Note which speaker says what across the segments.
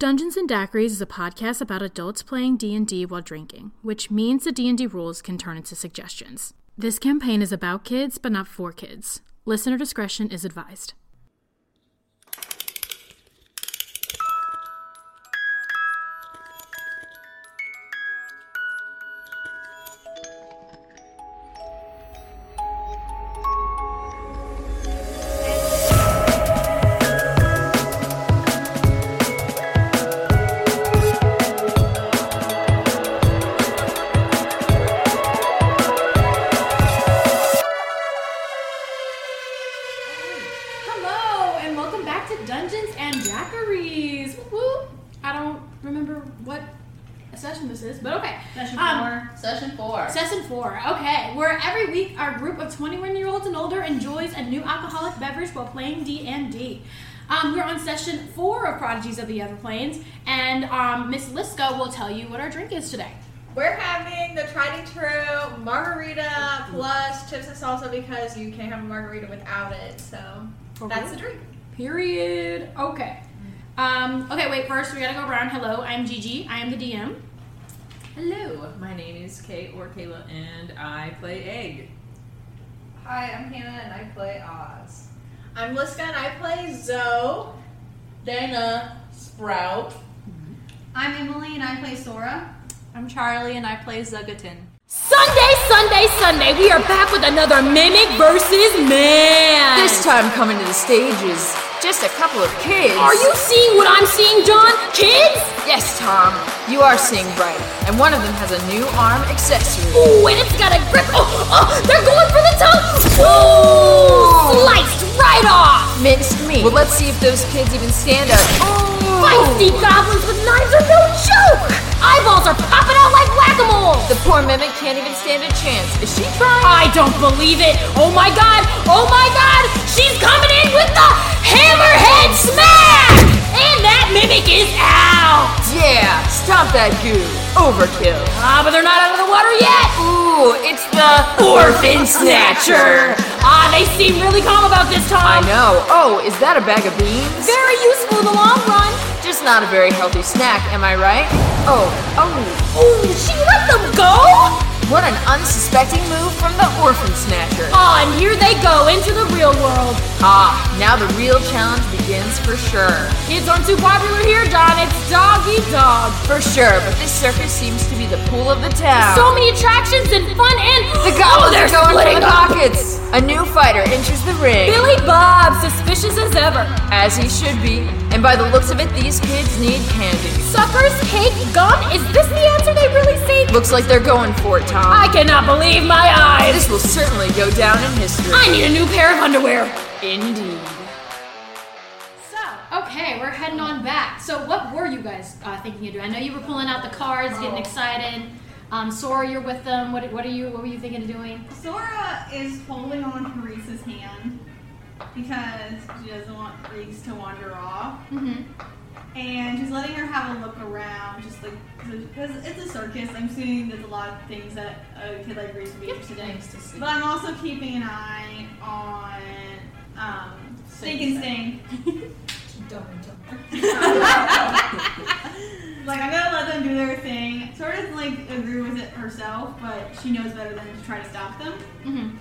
Speaker 1: Dungeons and Daiquiris is a podcast about adults playing D&D while drinking, which means the D&D rules can turn into suggestions. This campaign is about kids, but not for kids. Listener discretion is advised.
Speaker 2: Hello and welcome back to Dungeons and Daiquiris. Woo woo. I don't remember what session this is, but okay.
Speaker 3: Session
Speaker 2: Um,
Speaker 3: four. Session four.
Speaker 2: Session four. Okay, where every week our group of 21-year-olds and older enjoys a new alcoholic beverage while playing D and D. Um, we're on session four of Prodigies of the Other Planes, and um, Miss Liska will tell you what our drink is today.
Speaker 4: We're having the tried and true margarita plus chips and salsa because you can't have a margarita without it. So
Speaker 2: For
Speaker 4: that's
Speaker 2: real?
Speaker 4: the drink.
Speaker 2: Period. Okay.
Speaker 3: Mm.
Speaker 2: Um, okay, wait, first we gotta go around. Hello, I'm Gigi. I am the DM.
Speaker 3: Hello, my name is Kate or Kayla, and I play Egg.
Speaker 5: Hi, I'm Hannah and I play Oz.
Speaker 4: I'm Liska and I play Zoe.
Speaker 3: Dana Sprout.
Speaker 5: I'm Emily and I play Sora. I'm Charlie and I play Zugatin.
Speaker 6: Sunday, Sunday, Sunday, we are back with another Mimic versus Man.
Speaker 7: This time coming to the stage is just a couple of kids.
Speaker 6: Are you seeing what I'm seeing, John? Kids?
Speaker 7: Yes, Tom. You are seeing bright, and one of them has a new arm accessory.
Speaker 6: Ooh, and it's got a grip. Oh, oh, they're going for the tongue. Ooh, sliced right off.
Speaker 7: Minced meat. Oh! Well, let's see if those kids even stand up.
Speaker 6: Feisty goblins with knives are no joke. Eyeballs are popping out like whack-a-mole.
Speaker 7: The poor mimic can't even stand a chance. Is she trying?
Speaker 6: I don't believe it. Oh my god. Oh my god. She's coming in with the hammerhead smash. And that mimic is out.
Speaker 7: Yeah, stop that goo. Overkill.
Speaker 6: Ah, but they're not out of the water yet!
Speaker 7: Ooh, it's the
Speaker 6: Orphan Snatcher! Ah, they seem really calm about this
Speaker 7: I
Speaker 6: time!
Speaker 7: know. Oh, is that a bag of beans?
Speaker 6: Very useful in the long run!
Speaker 7: Just not a very healthy snack, am I right? Oh, oh.
Speaker 6: Ooh, she let them go?
Speaker 7: What an unsuspecting move from the orphan snatcher.
Speaker 6: Ah, and here they go into the real world.
Speaker 7: Ah, now the real challenge begins for sure.
Speaker 6: Kids aren't too popular here, Don. It's dog eat dog.
Speaker 7: For sure, but this circus seems to be the pool of the town.
Speaker 6: So many attractions and fun and
Speaker 7: the
Speaker 6: oh,
Speaker 7: goblins
Speaker 6: they're
Speaker 7: are going for
Speaker 6: splitting
Speaker 7: the
Speaker 6: up.
Speaker 7: pockets. A new fighter enters the ring,
Speaker 6: Billy Bob, suspicious as ever.
Speaker 7: as he should be. And by the looks of it, these kids need candy.
Speaker 6: Suckers, cake, gum. Is this the answer they really seek?
Speaker 7: Looks like they're going for it, Tom.
Speaker 6: I cannot believe my eyes.
Speaker 7: this will certainly go down in history.
Speaker 6: I need a new pair of underwear.
Speaker 7: Indeed.
Speaker 2: So, okay, we're heading on back. So, what were you guys uh, thinking of doing? I know you were pulling out the cards, getting excited. Um, Sora, you're with them. What, what are you? What were you thinking of doing?
Speaker 5: Sora is holding on to Reese's hand because she doesn't want Reese to wander off. And she's letting her have a look around, just like, because it's a circus. I'm assuming there's a lot of things that a kid like Reese would be interested in. But I'm also keeping an eye on um, Stink and Stink. like I'm gonna let them do their thing. Sort of like agree with it herself, but she knows better than to try to stop them.
Speaker 4: Mm-hmm.
Speaker 2: Mhm.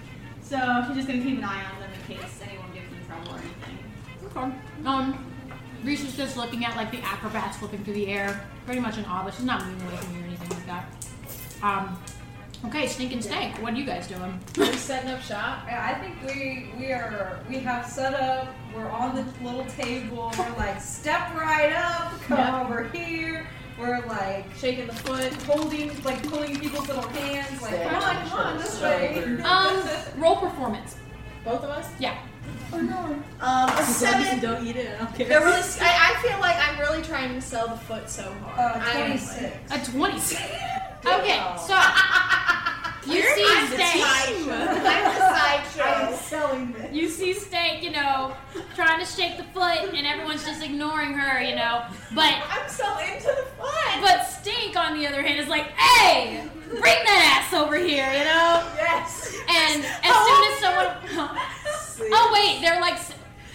Speaker 5: So she's just gonna keep an eye on them in case anyone gives them trouble or anything.
Speaker 2: Um, Reese is just looking at like the acrobats flipping through the air, pretty much in awe, but she's not moving away from you or anything like that. Um, okay, Stink and Stank, what are you guys doing?
Speaker 4: We're setting up shop.
Speaker 8: Yeah, I think we we are we have set up. We're on the little table. We're like step right up, come over here. We're like
Speaker 4: Shaking the foot.
Speaker 8: holding, like pulling people's little hands. Like come on, come on, this way.
Speaker 2: Um, roll performance.
Speaker 4: Both of us.
Speaker 2: Yeah.
Speaker 4: Um, a seven.
Speaker 5: Don't eat it. I don't care.
Speaker 4: They're really. I, I feel like I'm really trying to sell the foot so hard.
Speaker 8: Uh,
Speaker 4: I am.
Speaker 8: Twenty-six.
Speaker 2: A 20. Okay, so you see
Speaker 4: I'm the
Speaker 2: Stank.
Speaker 4: sideshow. I'm the
Speaker 8: I am
Speaker 4: sideshow.
Speaker 8: selling this.
Speaker 2: You see Stank, you know, trying to shake the foot, and everyone's just ignoring her, you know. But
Speaker 4: I'm so into the foot.
Speaker 2: but Stink, on the other hand, is like, "Hey, bring that ass over here," you know.
Speaker 4: Yes.
Speaker 2: And as soon as someone, oh wait, they're like,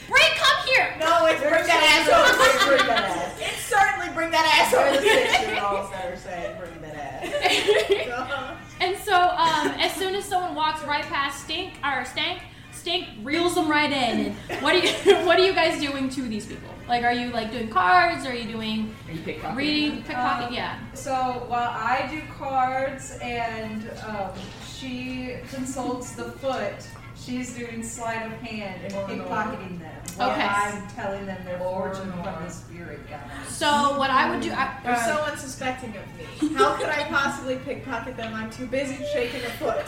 Speaker 2: "Bring, come here."
Speaker 4: No, it's bring that ass over.
Speaker 8: Bring that ass.
Speaker 4: It's certainly bring
Speaker 2: That's what
Speaker 8: They're the
Speaker 2: we did.
Speaker 8: six year olds that are saying, bring that ass.
Speaker 2: and so, um, as soon as someone walks right past Stink or Stank, Stink reels them right in. And what are you What are you guys doing to these people? Like, are you like doing cards? Are you doing
Speaker 3: Are you pickpocketing?
Speaker 2: reading, pickpocket?
Speaker 8: Um,
Speaker 2: yeah.
Speaker 8: So while I do cards and um, she consults the foot, she's doing sleight of hand and pickpocketing them. while
Speaker 2: Okay.
Speaker 8: I'm telling them they're fortune
Speaker 3: Lord.
Speaker 8: from the spirit guide.
Speaker 2: So what I would do, I, uh,
Speaker 4: They're so unsuspecting of me. How could I possibly pickpocket them? I'm too busy shaking a foot.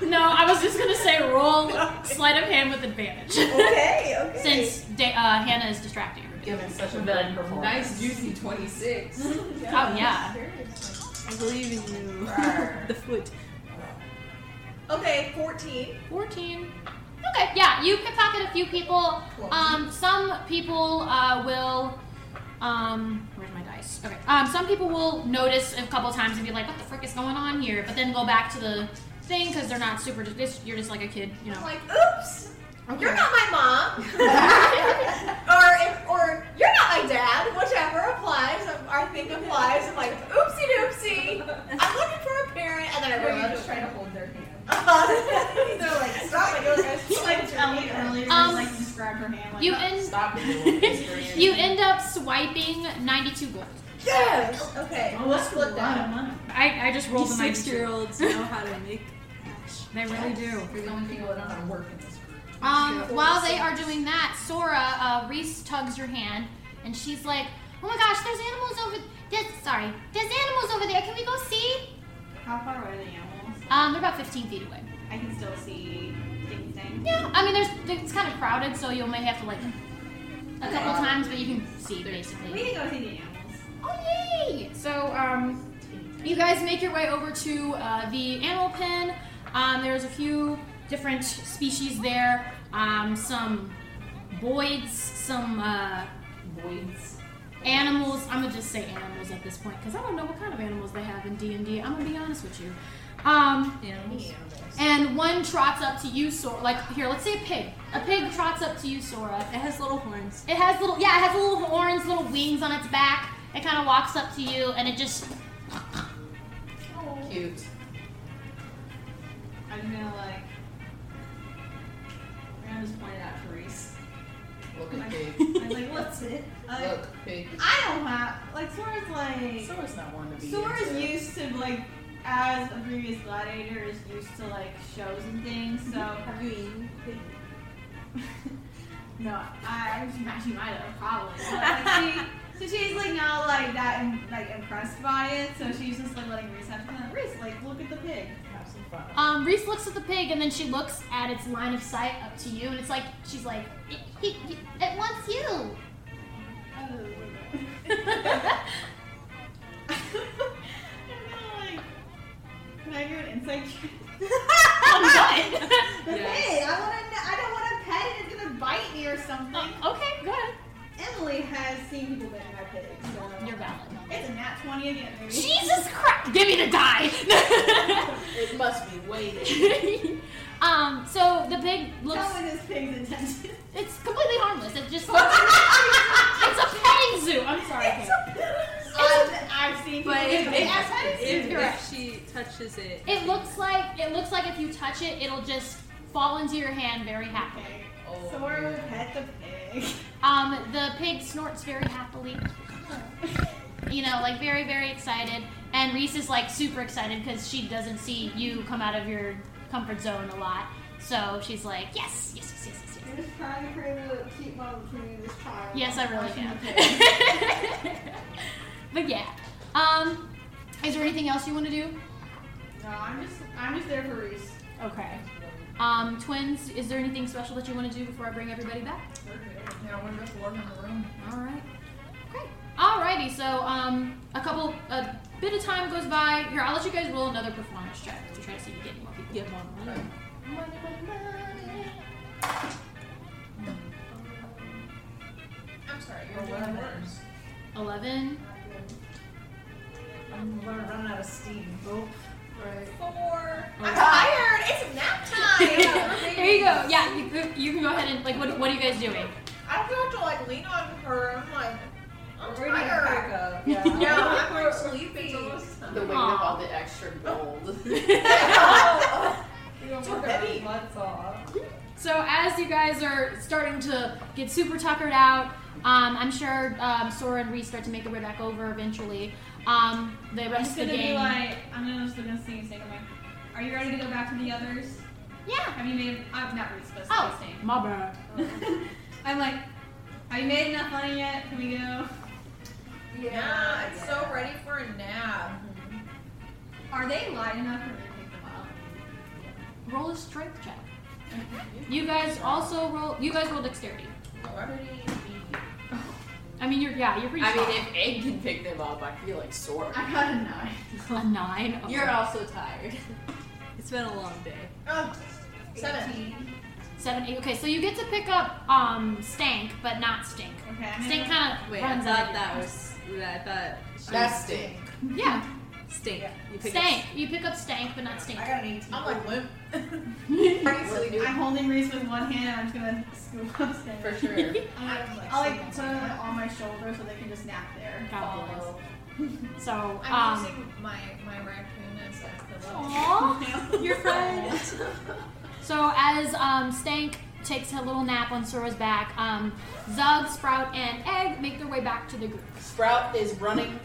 Speaker 2: no, I was just gonna say roll sleight of hand with advantage
Speaker 8: Okay, okay.
Speaker 2: since da- uh, Hannah is distracting everybody.
Speaker 3: Given such a bad performance. Nice juicy 26.
Speaker 2: Oh yeah.
Speaker 9: I believe in you. the foot.
Speaker 4: Okay, 14.
Speaker 2: 14. Okay, yeah, you pickpocket a few people. Um, some people uh, will. Um, where's my dice? Okay. Um, some people will notice a couple times and be like, "What the frick is going on here?" But then go back to the thing because they're not super. Just, you're just like a kid, you know.
Speaker 4: I'm like, oops, you're not my mom. or, if, or you're not my dad. Whichever applies, um, our thing applies. I'm like, oopsie doopsie. I'm looking for a parent. And then I Uh-huh.
Speaker 8: Or you
Speaker 4: realize
Speaker 8: just trying to hold their hand.
Speaker 4: They're like, stop it, you guys.
Speaker 5: like Ellie earlier,
Speaker 2: Um,
Speaker 5: like just grab her hand. Like,
Speaker 2: You
Speaker 5: that.
Speaker 2: end.
Speaker 3: Stop it.
Speaker 2: You end up swiping 92 gold.
Speaker 4: Yes. Okay,
Speaker 5: Oh,
Speaker 4: we'll
Speaker 5: that's a
Speaker 4: split
Speaker 5: lot of
Speaker 4: that.
Speaker 5: money.
Speaker 2: I, I just rolled
Speaker 9: These
Speaker 2: the
Speaker 9: six
Speaker 2: 92.
Speaker 9: year olds know how to make cash.
Speaker 2: They really do.
Speaker 3: We're the only people that know how to work in this group.
Speaker 2: Um, while they are doing that, Sora, uh, Reese tugs your hand, and she's like, "Oh my gosh, there's animals over. There's, sorry, there's animals over there. Can we go see?"
Speaker 5: How far away are the animals?
Speaker 2: Um, they're about 15 feet away.
Speaker 5: I can still see things. things.
Speaker 2: Yeah, I mean, there's it's kind of crowded, so you may have to like a couple times, but you can see
Speaker 5: We
Speaker 2: basically.
Speaker 5: can go see the animals.
Speaker 2: Oh yay! So um, you guys make your way over to uh, the animal pen. Um, there's a few different species there. Um, some boids, some uh.
Speaker 3: Voids.
Speaker 2: animals i'm gonna just say animals at this point because i don't know what kind of animals they have in d&d i'm gonna be honest with you um,
Speaker 3: Animals.
Speaker 2: and one trots up to you sora like here let's say a pig a pig trots up to you sora
Speaker 9: It has little horns.
Speaker 2: it has little yeah it has little horns little wings on its back it kind of walks up to you and it just
Speaker 3: Cute.
Speaker 5: I'm gonna like. I'm gonna just point it out to Reese.
Speaker 3: Look at pig.
Speaker 5: I'm like, what's it? I'm Like,
Speaker 3: Look, pig.
Speaker 5: I don't have. Like, Sora's like.
Speaker 3: Sora's not one to be.
Speaker 5: Sora's
Speaker 3: into-
Speaker 5: used to, like, as a previous gladiator, is used to, like, shows and things, so.
Speaker 9: Have you eaten?
Speaker 5: No, I, I she, might, she might have probably. But, like, she, so she's like not like that im like impressed by it. So she's just like letting Reese have fun. Reese, like look at the pig.
Speaker 8: Have some fun.
Speaker 2: um, reese looks at the pig and then she looks at its line of sight up to you and it's like she's like it, it, it wants you
Speaker 5: Oh, I'm gonna like. Can I do an insight check?
Speaker 2: I'm done.
Speaker 5: The pig. I want to. I don't want to pet it. It's gonna bite me or something.
Speaker 2: okay go ahead
Speaker 5: Emily has seen people bitten by pigs, so
Speaker 2: you're valid
Speaker 5: it's a nat twenty again, baby.
Speaker 2: Jesus Christ! Give me the die.
Speaker 3: It must be weighted.
Speaker 2: um. So the pig looks.
Speaker 5: Not with his pig's intention.
Speaker 2: It's completely harmless. It just. it's a petting zoo. I'm sorry. Hannah.
Speaker 5: I've, I've seen people
Speaker 9: But
Speaker 5: get
Speaker 9: if,
Speaker 5: bitten by pigs.
Speaker 9: if, if,
Speaker 2: correct.
Speaker 9: if she touches it,
Speaker 2: It looks like it looks like if you touch it, it'll just fall into your hand very happily.
Speaker 3: Oh,
Speaker 5: Sora will pet the pig.
Speaker 2: Um. The pig snorts very happily. You know, like very very excited. And Reese is like super excited because she doesn't see you come out of your comfort zone a lot. So she's like, yes, yes, yes, yes, yes, yes.
Speaker 5: You're just trying to create a cute moment between this child.
Speaker 2: Yes, I really
Speaker 5: Watching the pig.
Speaker 2: am. but yeah. Um, is there anything else you want to do?
Speaker 5: No, I'm just, I'm just there for Reese.
Speaker 2: Okay. Um, twins, is there anything special that you want to do before I bring everybody back?
Speaker 4: Yeah, we're just looking in the room.
Speaker 2: All right. Great. Alrighty. So um, a couple, a bit of time goes by. Here, I'll let you guys roll another performance check to try to see if you get more people.
Speaker 9: get one.
Speaker 4: I'm sorry, you're doing worse.
Speaker 2: Eleven.
Speaker 8: I'm gonna run out of steam. Oh,
Speaker 4: Four. I'm tired. It's nap time.
Speaker 2: there you go. Yeah, you, you can go ahead and like. What, what are you guys doing?
Speaker 4: I don't have to like lean on her. I'm like, I'm
Speaker 8: We're gonna Yeah.
Speaker 4: No, I'm like
Speaker 8: We're-
Speaker 4: sleepy.
Speaker 8: It's
Speaker 4: Oh.
Speaker 8: almost time.
Speaker 10: The weight of all the extra gold.
Speaker 8: We don't
Speaker 4: Too
Speaker 8: work
Speaker 4: heavy.
Speaker 8: our butts off.
Speaker 2: So as you guys are starting to get super tuckered out, um, I'm sure um, Sora and Reese start to make their way back over eventually. Um, the
Speaker 5: I'm
Speaker 2: rest
Speaker 5: just
Speaker 2: of
Speaker 5: gonna
Speaker 2: the
Speaker 5: be
Speaker 2: game,
Speaker 5: like, I'm gonna just gonna sing a second. Like, are you ready to go back to the others?
Speaker 2: yeah,
Speaker 5: Have you made? I'm not really supposed to
Speaker 2: Oh.
Speaker 5: be staying.
Speaker 2: my bad.
Speaker 5: I'm like, have you made enough money yet? Can we go?
Speaker 4: Yeah, I'm so ready for a nap.
Speaker 5: Mm-hmm. Are they light enough for me to pick them up?
Speaker 2: Roll a strength check. You guys also roll. You guys roll dexterity. I mean, you're yeah, you're pretty.
Speaker 10: I mean,
Speaker 2: strong.
Speaker 10: if Egg can pick them up, I feel like Sora.
Speaker 9: I got a nine.
Speaker 2: a nine. okay.
Speaker 10: You're also tired.
Speaker 9: It's been a long day.
Speaker 4: Oh, seven.
Speaker 2: Seven, eight. Okay, so you get to pick up um Stank, but not Stink.
Speaker 5: Okay, I'm
Speaker 2: Stink
Speaker 5: gonna.
Speaker 2: kind of
Speaker 9: Wait,
Speaker 2: runs
Speaker 9: I
Speaker 2: out
Speaker 9: thought
Speaker 2: of
Speaker 9: that
Speaker 2: you.
Speaker 9: was. I thought she
Speaker 10: That's stink.
Speaker 2: yeah.
Speaker 9: was stink. You pick
Speaker 2: Stank. You pick up Stank, but not Stink.
Speaker 8: I got an 18.
Speaker 4: I'm like limp.
Speaker 5: I'm holding Reese with one hand, and I'm just gonna scoop up Stink.
Speaker 10: For sure.
Speaker 5: Um, I'll like put them like, on my shoulder so they can just nap there.
Speaker 2: God bless. So
Speaker 4: I'm
Speaker 2: um.
Speaker 4: using my, my raccoon as a pillow.
Speaker 2: Aww, your friend. So as um, Stank takes a little nap on Sora's back, um, Zug, Sprout, and Egg make their way back to the group.
Speaker 10: Sprout is running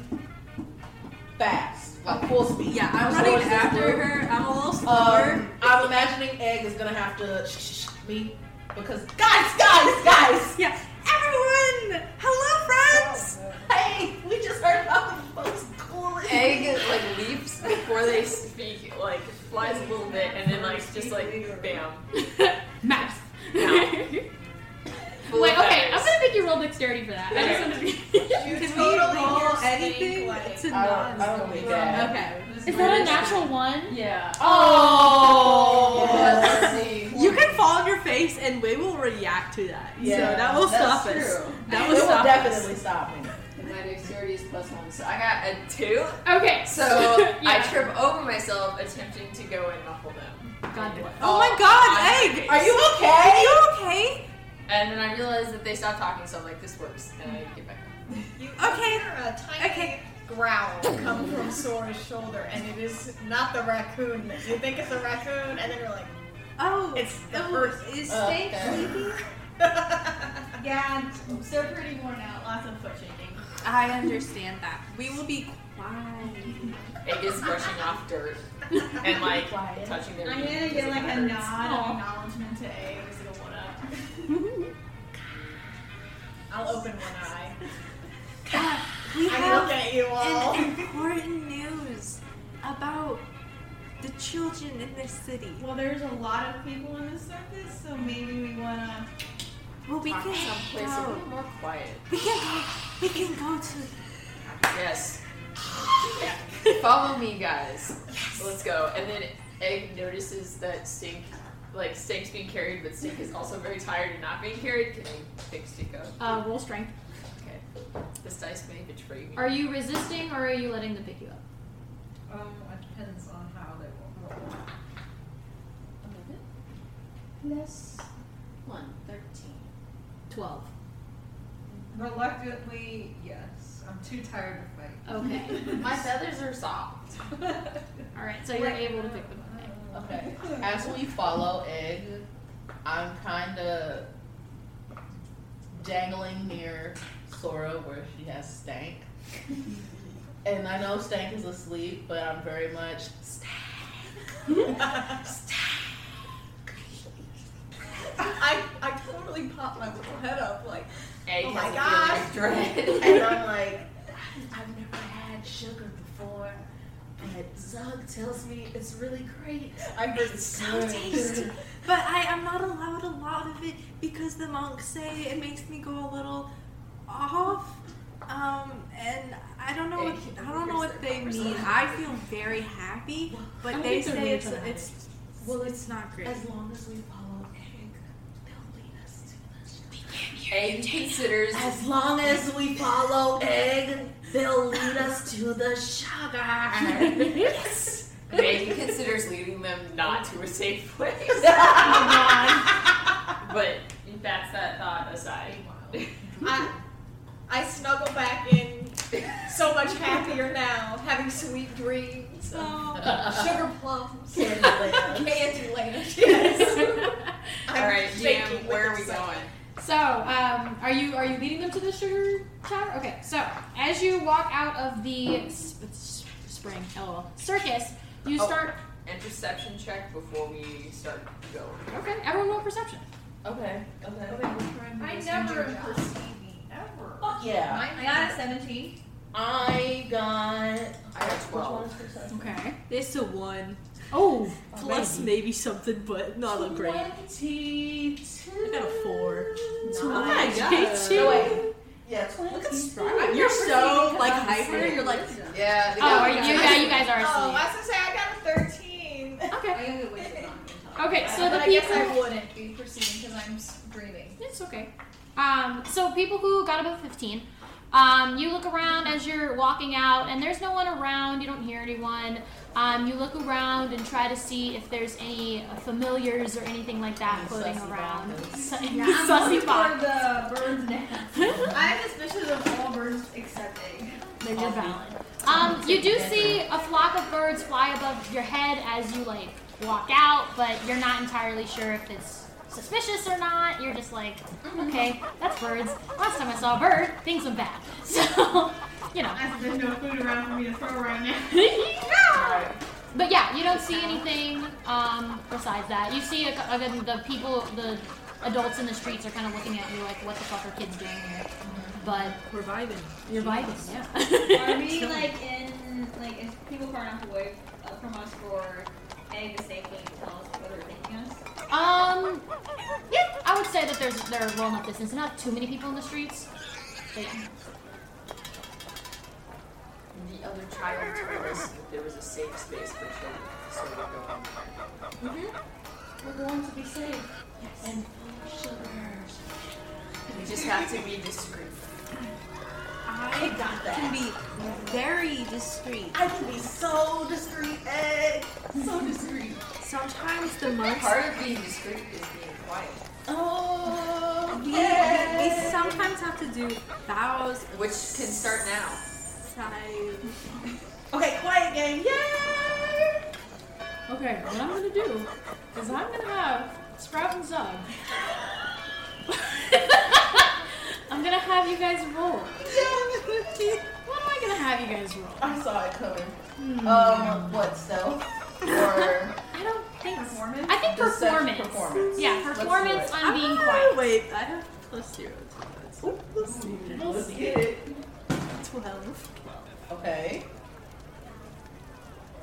Speaker 10: fast, like full speed.
Speaker 9: Yeah, I'm
Speaker 10: So
Speaker 9: running
Speaker 10: what is this
Speaker 9: after
Speaker 10: group?
Speaker 9: her. I'm a little slower.
Speaker 10: Um, I'm imagining Egg is gonna have to sh- sh- sh- me because guys, guys, guys.
Speaker 9: yeah. Everyone! Hello, friends!
Speaker 10: Oh, Hey, we just heard about the most coolest.
Speaker 7: Egg like leaps before they speak, like flies a little bit, and then like just like bam.
Speaker 2: Max.
Speaker 7: Full
Speaker 2: Wait, okay, I'm
Speaker 7: feathers.
Speaker 2: gonna make you roll dexterity for that. I just wanted to be.
Speaker 4: You
Speaker 9: Can
Speaker 4: totally
Speaker 9: we roll
Speaker 4: hear Stink,
Speaker 9: anything
Speaker 4: like-
Speaker 9: to
Speaker 10: I
Speaker 9: not
Speaker 10: don't, I don't think that.
Speaker 9: Okay.
Speaker 2: Is that a natural one?
Speaker 10: Yeah.
Speaker 2: Oh.
Speaker 10: let's see.
Speaker 9: You can fall on your face and we will react to that. so that will
Speaker 10: that's
Speaker 9: stop us.
Speaker 10: true.
Speaker 9: That
Speaker 10: It
Speaker 9: will
Speaker 10: will
Speaker 9: stop us.
Speaker 10: definitely stop me.
Speaker 7: And my dexterity is plus one, so I got a two.
Speaker 2: Okay.
Speaker 7: So I
Speaker 2: Yeah.
Speaker 7: trip over myself attempting to go and muffle them.
Speaker 2: God bless.
Speaker 9: Oh my god,
Speaker 7: on
Speaker 9: Egg!
Speaker 7: my
Speaker 9: Are
Speaker 7: face.
Speaker 9: you okay? Are you okay?
Speaker 7: And then I realized that they stopped talking, so I'm like, this works. And I get back up.
Speaker 5: Oh.
Speaker 4: You
Speaker 9: Okay.
Speaker 4: hear a tiny
Speaker 9: Okay.
Speaker 4: growl come from Sora's shoulder, and it is not the raccoon. You think it's a raccoon, and then you're like,
Speaker 9: Oh,
Speaker 4: It's the
Speaker 9: oh,
Speaker 4: first-
Speaker 9: Is
Speaker 10: uh,
Speaker 9: Stink
Speaker 10: there.
Speaker 9: sleeping?
Speaker 5: Yeah, they're pretty worn out. Lots of foot shaking.
Speaker 9: I understand that. We will be quiet.
Speaker 7: Egg is brushing off dirt and like touching their
Speaker 5: I'm
Speaker 7: knee
Speaker 5: gonna
Speaker 7: because
Speaker 5: give
Speaker 7: it
Speaker 5: like a
Speaker 7: hurts.
Speaker 5: nod of acknowledgement to A every single one up.
Speaker 4: I'll open one eye.
Speaker 9: We
Speaker 4: I look
Speaker 9: have
Speaker 4: at you all.
Speaker 9: an important news about the children in this city.
Speaker 5: Well, there's a lot of people in the circus, so maybe we wanna.
Speaker 9: Well, we can
Speaker 7: Someplace a
Speaker 9: go.
Speaker 7: little more quiet.
Speaker 9: We can go. We can go to.
Speaker 7: Yes. Follow me, guys. Let's go. And then Egg notices that Stink, like Stink's being carried, but Stink is also very tired and not being carried. Can I pick Stink up?
Speaker 2: Uh, roll strength.
Speaker 7: Okay. This dice may betray me.
Speaker 2: Are you resisting or are you letting them pick you up?
Speaker 8: Um, it depends on how they will roll.
Speaker 10: Plus one, thirteen.
Speaker 2: Twelve.
Speaker 8: Reluctantly, yes. I'm too tired to fight.
Speaker 2: Okay.
Speaker 10: My feathers are soft.
Speaker 2: All right. So you're able to pick them up.
Speaker 10: Okay. As we follow Egg, I'm kind of dangling near Sora where she has Stank. And I know Stank is asleep, but I'm very much
Speaker 4: I, I totally popped my little head up, like,
Speaker 7: Egg
Speaker 4: oh
Speaker 7: has
Speaker 4: my
Speaker 7: a feeling
Speaker 4: gosh.
Speaker 7: of dread.
Speaker 4: And I'm like,
Speaker 10: I've never had sugar before, but Zug tells me it's really great.
Speaker 4: I heard
Speaker 9: So tasty. But I am not allowed a lot of it because the monks say it makes me go a little off. Um, and I don't know what I don't know what they mean. I feel very happy, but they say it's it's well, it's not great.
Speaker 10: As long as we follow Egg, they'll lead us to the
Speaker 7: Egg considers
Speaker 10: As long as we follow Egg, they'll lead us to the sugar.
Speaker 7: Egg considers leading them not to a safe place. but that's that thought aside.
Speaker 4: I, I snuggle back in so so much happier now, having sweet dreams, of
Speaker 5: Oh.
Speaker 4: sugar plums, candy land. Yes. I'm
Speaker 7: All right,
Speaker 4: shaking
Speaker 7: DM,
Speaker 4: with
Speaker 7: where are we
Speaker 4: excitement.
Speaker 7: going?
Speaker 2: So, um, are you are you leading them to the sugar tower? Okay. So, as you walk out of the sp- s- spring, lol, circus, you
Speaker 7: Oh.
Speaker 2: start.
Speaker 7: And perception check before we start going.
Speaker 2: Okay. Everyone roll perception.
Speaker 10: Okay. Okay.
Speaker 8: I never am perceiving ever.
Speaker 10: Yeah.
Speaker 5: I got a 17.
Speaker 10: I got.
Speaker 7: I got twelve.
Speaker 2: Okay.
Speaker 9: There's still one.
Speaker 2: Oh.
Speaker 9: Plus maybe something, but not a great. I got a four.
Speaker 10: Oh my god.
Speaker 9: No way.
Speaker 10: Yeah,
Speaker 9: Look at
Speaker 10: twenty.
Speaker 9: You're so like hyper. You're like
Speaker 7: Yeah. the
Speaker 2: Oh, are you?
Speaker 7: guy-
Speaker 2: Yeah, you guys are
Speaker 4: Oh, I
Speaker 2: asleep.
Speaker 4: was gonna say I got a thirteen.
Speaker 2: Okay.
Speaker 8: I only wasted on
Speaker 2: Okay. So the
Speaker 4: but I guess
Speaker 2: people.
Speaker 4: I wouldn't be perceiving because I'm s- dreaming.
Speaker 2: It's okay. Um, so people who got above 15, um, you look around as you're walking out, and there's no one around. You don't hear anyone. Um, you look around and try to see if there's any uh, familiars or anything like that
Speaker 10: Any
Speaker 2: floating
Speaker 10: sussy
Speaker 2: around.
Speaker 10: boppers.
Speaker 2: Su-
Speaker 5: I'm
Speaker 2: sussy
Speaker 5: looking
Speaker 2: bop.
Speaker 5: for the bird's nest. I'm suspicious of all birds except egg.
Speaker 2: They're just valid. Um, you do see a flock of birds fly above your head as you like walk out, but you're not entirely sure if it's suspicious or not. You're just like, "Mm, okay, that's birds. Last time I saw a bird, things went bad. So, you know.
Speaker 5: I there's no food around for me to throw around now.
Speaker 2: But yeah, you don't see anything um, besides that. You see a, again the people, the adults in the streets are kind of looking at you like, what the fuck are kids doing here? But
Speaker 9: we're vibing.
Speaker 2: you're vibing,
Speaker 5: Are
Speaker 2: yeah.
Speaker 5: we like in like if people far enough away uh, from us for egg to safely tell us what they're thinking us?
Speaker 2: um, yeah, I would say that there's they're rolling up distance. Not too many people in the streets. But yeah.
Speaker 7: The other child told us that there was a safe space for children, so we're going.
Speaker 2: We're going to be safe. Yes.
Speaker 7: We just have to be discreet.
Speaker 9: I got that. Can be very discreet.
Speaker 10: I can be so discreet, egg. So discreet.
Speaker 9: Sometimes the monks.
Speaker 7: Part of being discreet is being quiet,
Speaker 10: Oh.
Speaker 9: We, we sometimes have to do bows.
Speaker 7: which can start now.
Speaker 9: Side.
Speaker 10: Okay, quiet game. Yay!
Speaker 1: Okay, what I'm gonna do is I'm gonna have Sprout and Zug. I'm gonna have you guys roll. What am I gonna have you guys roll?
Speaker 10: I saw it coming.
Speaker 9: Hmm.
Speaker 10: Um, what stealth or
Speaker 2: I don't think.
Speaker 5: Performance?
Speaker 2: I think
Speaker 10: Just sex
Speaker 2: performance.
Speaker 10: performance.
Speaker 2: Yeah,
Speaker 10: Let's do
Speaker 2: performance
Speaker 10: it.
Speaker 2: on being
Speaker 9: Ah,
Speaker 2: quiet.
Speaker 9: Wait, I have plus zero. to
Speaker 10: Ooh, let's see. Let's get it.
Speaker 9: this. Twelve.
Speaker 10: Okay.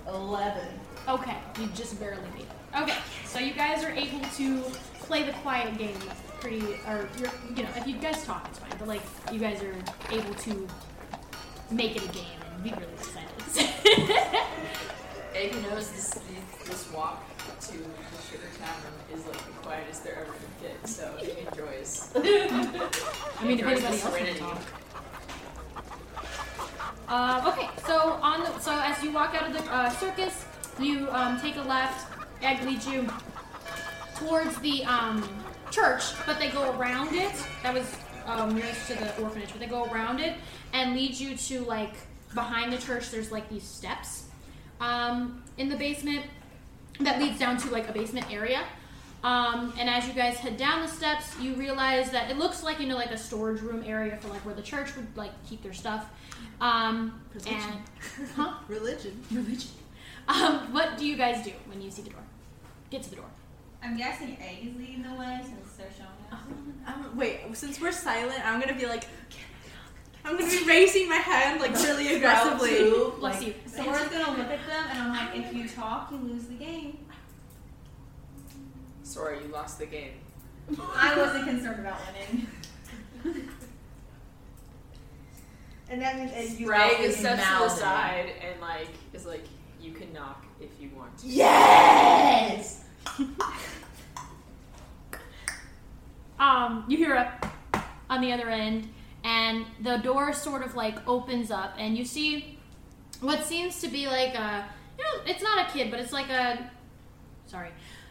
Speaker 10: Eleven.
Speaker 2: Okay, you just barely made it. Okay, so you guys are able to play the quiet game pretty, or you're, you know, if you guys talk, it's fine. But like, you guys are able to make it a game and be really excited.
Speaker 7: Egg knows this this walk to the sugar tavern is like the quietest they're ever gonna get, so he enjoys.
Speaker 2: I mean, if
Speaker 7: enjoys
Speaker 2: anybody
Speaker 7: the
Speaker 2: else can
Speaker 7: serenity.
Speaker 2: talk. Uh, okay, so on the, so as you walk out of the uh, circus, you um, take a left. Egg leads you towards the um, church, but they go around it. That was um, nearest to the orphanage, but they go around it and lead you to like behind the church. There's like these steps um, in the basement that leads down to like a basement area. Um, and as you guys head down the steps, you realize that it looks like you know like a storage room area for like where the church would like keep their stuff. Um,
Speaker 9: Religion.
Speaker 2: and huh?
Speaker 9: Religion.
Speaker 2: Religion. Um, what do you guys do when you see the door? Get to the door.
Speaker 5: I'm guessing egg is leading the way since they're showing us.
Speaker 9: Um, wait, since we're silent, I'm gonna be like, I'm gonna be raising my hand like really aggressively.
Speaker 10: Two,
Speaker 2: Let's
Speaker 10: like,
Speaker 2: see.
Speaker 5: So we're just gonna look at them and I'm like, if you talk, you lose the game.
Speaker 7: Sorry, you lost the game.
Speaker 5: I wasn't concerned about winning.
Speaker 10: And that means egg, you
Speaker 7: Egg
Speaker 10: lost
Speaker 7: is
Speaker 10: in
Speaker 7: steps to the
Speaker 10: mouth.
Speaker 7: side and like is like you can knock if you want. to.
Speaker 10: Yes.
Speaker 2: Um, you hear a on the other end, and the door sort of like opens up, and you see what seems to be like a you know it's not a kid, but it's like a sorry,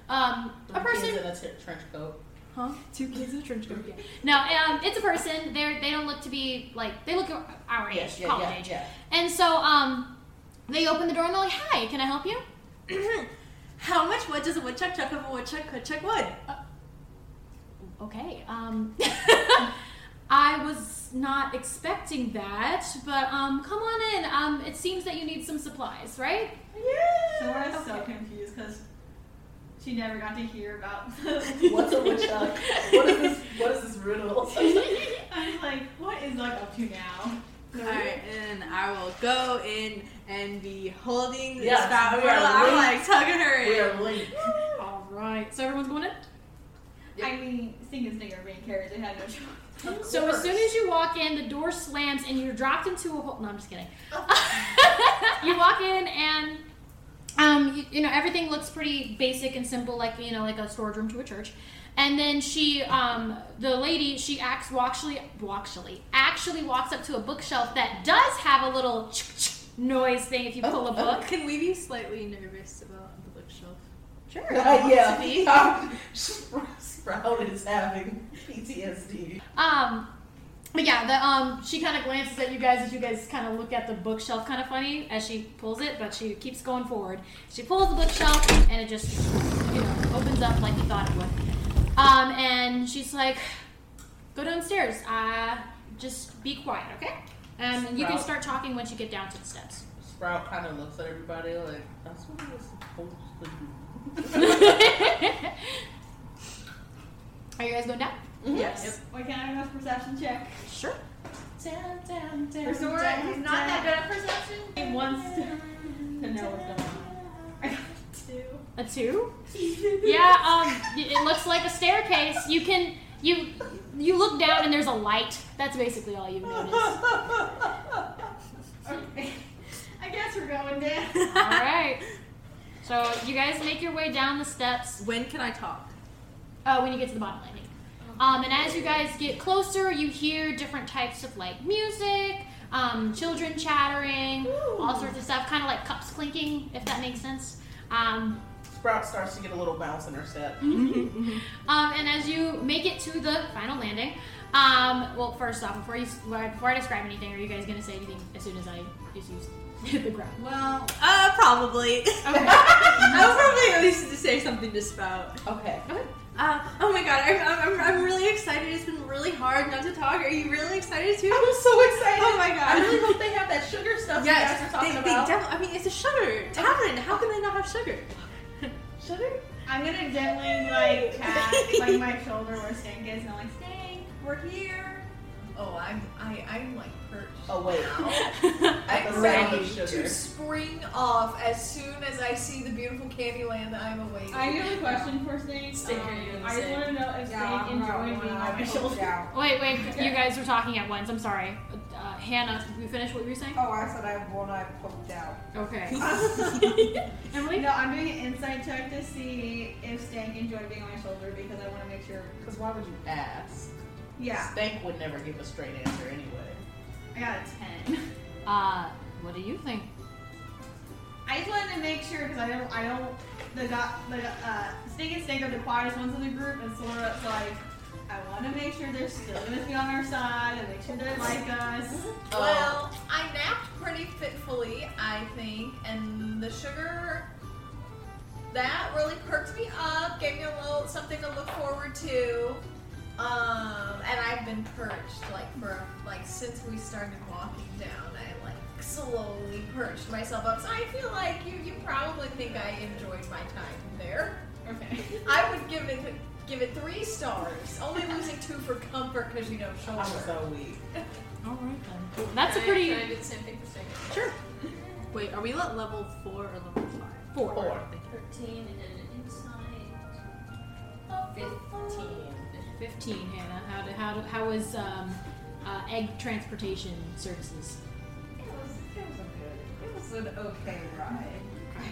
Speaker 2: um, a
Speaker 10: Kids
Speaker 2: person
Speaker 10: in a t- trench coat.
Speaker 2: Huh? Two kids in a trench coat. Yeah. No, um, it's a person. They are they don't look to be like they look our age,
Speaker 10: Yes, yeah,
Speaker 2: college
Speaker 10: yeah,
Speaker 2: age.
Speaker 10: yeah.
Speaker 2: And so um, they open the door and they're like, "Hi, can I help you?"
Speaker 9: How much wood does a woodchuck chuck if a woodchuck could chuck wood?
Speaker 2: Okay. Um, I was not expecting that, but um, come on in. Um, it seems that you need some supplies, right?
Speaker 5: Sora's so confused because she never got to hear about the.
Speaker 10: What's a witch up? What is this? What is this riddle?
Speaker 5: I was like, what is like up to now?
Speaker 9: Alright, and I will go in and be holding this
Speaker 10: Yes,
Speaker 9: fountain.
Speaker 10: we are
Speaker 9: I'm like
Speaker 10: linked.
Speaker 9: tugging her
Speaker 10: We
Speaker 9: in.
Speaker 10: are linked.
Speaker 2: All right. So everyone's going in.
Speaker 5: I mean, seeing as nigger being carried, they had no choice.
Speaker 2: So as soon as you walk in, the door slams and you're dropped into a hole. No, I'm just kidding. you walk in and um, you, you know everything looks pretty basic and simple, like you know, like a storage room to a church. And then she, um, the lady, she acts actually, actually, actually walks up to a bookshelf that does have a little noise thing if you pull a book.
Speaker 9: Can we be slightly nervous about the bookshelf?
Speaker 10: Sure. yeah. Sprout is having PTSD.
Speaker 2: Um, but yeah, the um, she kind of glances at you guys as you guys kind of look at the bookshelf, kind of funny as she pulls it, but she keeps going forward. She pulls the bookshelf, and it just you know opens up like you thought it would. Um, and she's like, "Go downstairs. Uh, just be quiet, okay? Um, and you can
Speaker 10: Sprout.
Speaker 2: start talking once you get down to the steps."
Speaker 10: Sprout kind of looks at everybody like, that's what I was supposed to do.
Speaker 2: Are you guys going down?
Speaker 10: yes.
Speaker 5: Why can't I have a perception check?
Speaker 2: Sure.
Speaker 10: Down, down, down,
Speaker 4: For Sora, he's not that good at perception.
Speaker 5: He wants to, to know what's going on. I got two.
Speaker 2: A two? yeah, um, y- it looks like a staircase. You can you you look down and there's a light. That's basically all you notice. all
Speaker 5: Okay. I guess we're going down.
Speaker 2: right. So you guys make your way down the steps
Speaker 9: When can I talk?
Speaker 2: uh, when you get to the bottom landing. Um, and as you guys get closer, you hear different types of like music, um, children chattering, all sorts of stuff, kind of like cups clinking, if that makes sense. Um,
Speaker 10: Sprout starts to get a little bounce in her step.
Speaker 2: Um, and as you make it to the final landing, um, well, first off, before you before I describe anything, are you guys gonna say anything as soon as I just use the ground?
Speaker 9: Well, uh, probably.
Speaker 2: Okay.
Speaker 9: I would probably at least to say something to spout.
Speaker 10: Okay.
Speaker 9: Uh, oh my god, I'm, I'm, I'm, I'm really excited. It's been really hard not to talk. Are you really excited too?
Speaker 10: I'm so excited.
Speaker 9: Oh my God.
Speaker 10: I really hope they have that sugar stuff
Speaker 9: Yes,
Speaker 10: you guys are talking
Speaker 9: they,
Speaker 10: about.
Speaker 9: they definitely. I mean, it's a sugar tavern. How can they not have sugar?
Speaker 10: sugar?
Speaker 5: I'm gonna gently like tap like my shoulder where Stank is, and I'm like, Stank, we're here.
Speaker 4: Oh, I'm I, I'm like perched.
Speaker 10: Oh, wait.
Speaker 4: I'm
Speaker 10: Right.
Speaker 4: ready
Speaker 10: Sugar.
Speaker 4: to spring off as soon as I see the beautiful candy land that I'm awaiting.
Speaker 5: I have a question for Stank.
Speaker 7: Stank, are you gonna
Speaker 5: I just
Speaker 7: say?
Speaker 5: want to know if
Speaker 8: Yeah,
Speaker 5: Stank
Speaker 8: I'm not
Speaker 5: enjoyed being
Speaker 8: one
Speaker 5: on
Speaker 8: eye
Speaker 5: my shoulder.
Speaker 8: down.
Speaker 2: Wait, wait, you guys were talking at once. I'm sorry. Uh, Hannah, you finished what you were saying?
Speaker 8: Oh, I said I have one eye poked out.
Speaker 2: Okay.
Speaker 5: Emily? No, I'm doing an insight check to see if Stank enjoyed being on my shoulder because I want to make sure.
Speaker 10: Because why would you ask?
Speaker 5: Yeah,
Speaker 10: Stank would never give a straight answer anyway.
Speaker 5: I got a ten.
Speaker 2: Uh, what do you think?
Speaker 5: I just wanted to make sure because I don't, I don't. The got the uh, Snake and Snake are the quietest ones in the group, and Sora's like, I want to make sure they're still gonna be on our side and make sure they like us.
Speaker 4: Mm-hmm. Well, I napped pretty fitfully, I think, and the sugar that really perked me up, gave me a little something to look forward to. Um, and I've been perched like for like since we started walking down. I like slowly perched myself up. So I feel like you you probably think I enjoyed my time there.
Speaker 5: Okay.
Speaker 4: I would give it give it three stars, only losing two for comfort because you know
Speaker 10: I
Speaker 4: shoulder.
Speaker 10: was so weak.
Speaker 2: All right then. That's a
Speaker 7: Can I-
Speaker 2: pretty
Speaker 7: Can I do the same thing for Stank?
Speaker 9: Wait, are we at level four or level five?
Speaker 2: four.
Speaker 10: Four.
Speaker 7: 13 and then an insight. 15.
Speaker 2: Fifteen, Hannah. How do, how do, how is um, uh, egg transportation services?
Speaker 8: It was, it was a good, it was an okay ride.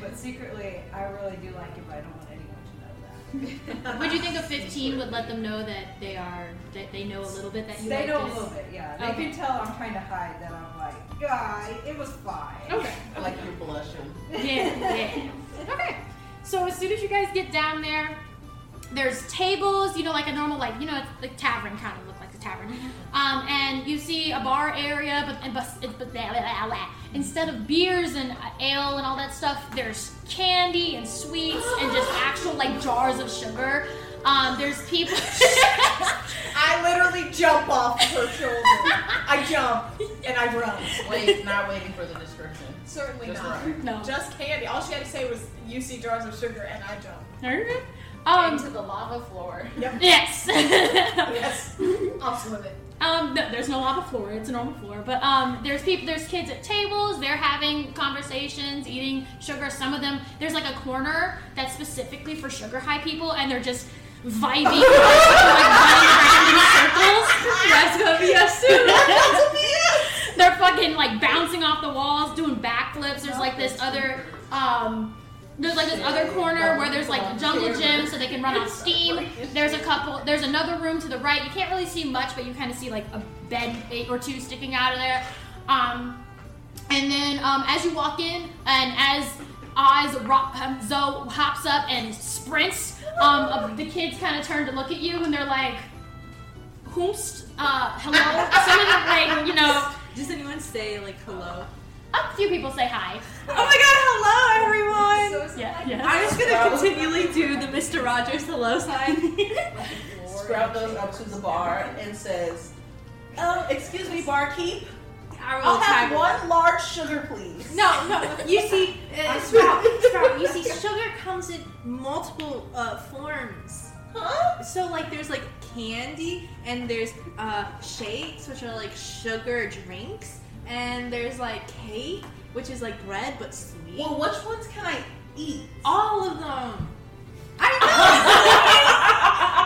Speaker 8: But secretly, I really do like it, but I don't want anyone to know that.
Speaker 2: Would you think a fifteen would let them know that they are that they know a little bit that you
Speaker 8: they
Speaker 2: like
Speaker 8: know a
Speaker 2: this?
Speaker 8: little bit, yeah. They
Speaker 2: Okay.
Speaker 8: can tell I'm trying to hide that I'm like, guy, it was fine.
Speaker 2: Okay.
Speaker 10: Like you're blushing.
Speaker 2: Yeah, yeah. Okay. So as soon as you guys get down there, there's tables, you know, like a normal, like you know, it's like tavern kind of look like a tavern.
Speaker 7: Mm-hmm.
Speaker 2: Um, and you see a bar area, but and but, it's- but blah, blah, blah, blah. instead of beers and uh, ale and all that stuff, there's candy and sweets and just actual like jars of sugar. Um, there's people.
Speaker 4: I literally jump off of her shoulder. I jump and I run.
Speaker 10: Wait, not waiting for the description.
Speaker 4: Certainly
Speaker 10: Just
Speaker 4: not.
Speaker 10: run.
Speaker 2: no.
Speaker 4: Just candy. All she had to say was, "You see jars of sugar," and I jump.
Speaker 2: Um,
Speaker 7: Into the lava floor.
Speaker 2: yes.
Speaker 4: Yes, I'll swim it.
Speaker 2: Um, no, there's no lava floor. It's a normal floor. But um, there's people, there's kids at tables. They're having conversations, eating sugar. Some of them, there's like a corner that's specifically for sugar high people, and they're just vibing, like running around in circles. That's gonna be us soon. they're fucking like bouncing off the walls, doing backflips. There's like this other um. There's like this other corner where there's like a jungle gym so they can run off steam. There's a couple, there's another room to the right. You can't really see much, but you kind of see like a bed or two sticking out of there. Um, and then um, as you walk in, and as Oz ro- um, Zoe hops up and sprints, um, uh, the kids kind of turn to look at you and they're like, "Whomst? Uh, hello?" Some of them like, you know,
Speaker 9: Does anyone say like hello?
Speaker 2: a few people say hi.
Speaker 9: Oh my god, hello everyone!
Speaker 2: Yeah, yeah.
Speaker 9: I'm just gonna continually do the Mr. Rogers hello sign.
Speaker 10: Sprout goes up to the bar and says, um, excuse me, barkeep.
Speaker 9: I
Speaker 10: I'll
Speaker 9: will
Speaker 10: have
Speaker 9: tag
Speaker 10: one large sugar, please.
Speaker 9: No, no. You see, uh, sprout, sprout. You see, sugar comes in multiple uh, forms. Huh? So like, there's like candy, and there's uh, shakes, which are like sugar drinks, and there's like cake, which is like bread but sweet.
Speaker 10: Well, which ones can I eat?
Speaker 9: All of them. I know.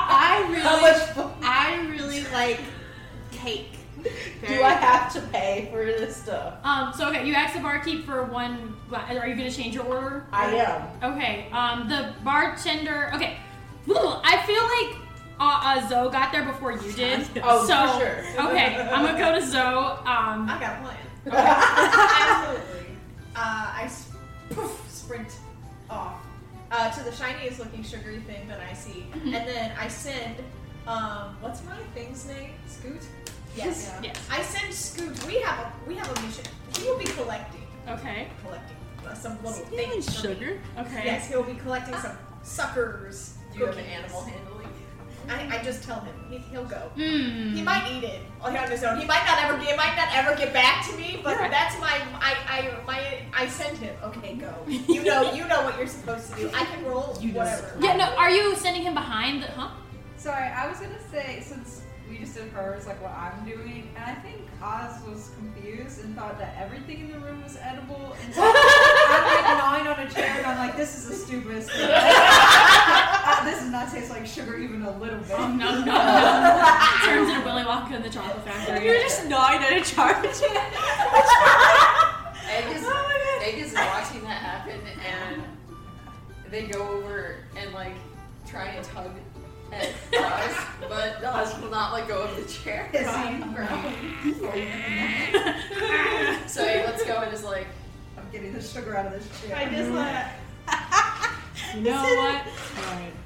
Speaker 10: How
Speaker 9: I really,
Speaker 10: much food
Speaker 9: I really like cake.
Speaker 10: do I have to pay for this stuff?
Speaker 2: Um, so okay, you asked the barkeep for one. Are you gonna change your order?
Speaker 10: I am.
Speaker 2: Okay, um, the bartender. Okay, Ooh, I feel like uh, uh, Zoe got there before you did.
Speaker 10: Oh,
Speaker 2: so,
Speaker 10: for sure.
Speaker 2: okay, I'm gonna go to Zoe. Um,
Speaker 4: I got a plan. Absolutely. Uh, I s- poof, sprint off uh, to the shiniest looking sugary thing that I see, and then I send. Um, what's my thing's name? Scoot. Yes.
Speaker 2: Yes.
Speaker 4: I send Scoot. We have a we have a mission. He will be collecting
Speaker 2: okay,
Speaker 4: collecting uh, some little things. for me.
Speaker 9: sugar.
Speaker 2: okay.
Speaker 4: Yes, he'll be collecting some suckers.
Speaker 7: Do you have an
Speaker 4: cookies.
Speaker 7: animal handling?
Speaker 4: I, I just tell him. He, he'll go.
Speaker 8: Hmm.
Speaker 2: Mm.
Speaker 4: He might eat it on his own. He might not ever. He might not ever get back to me. But that's my. I. I. My. I send him. Okay, go. You know. you know what you're supposed to do. I can roll. whatever.
Speaker 2: Yeah. No. Are you sending him behind? The, huh?
Speaker 8: Sorry, I was gonna say since we just did hers, like what I'm doing, and I think Oz was confused and thought that everything in the room was edible, and so I'm like gnawing on a chair, and I'm like, this is the stupidest thing. Uh, this does not taste like sugar even a little bit.
Speaker 2: Oh no no no! Turns into Willy Wonka in the Chocolate Factory.
Speaker 9: You're just gnawing at a charge.
Speaker 7: Egg is, Egg is watching that happen, and they go over and like try and tug at Oz, but Oz will not let go of the chair. so he lets go and is like,
Speaker 8: I'm getting the sugar out of this chair.
Speaker 4: I just let.
Speaker 2: You know what?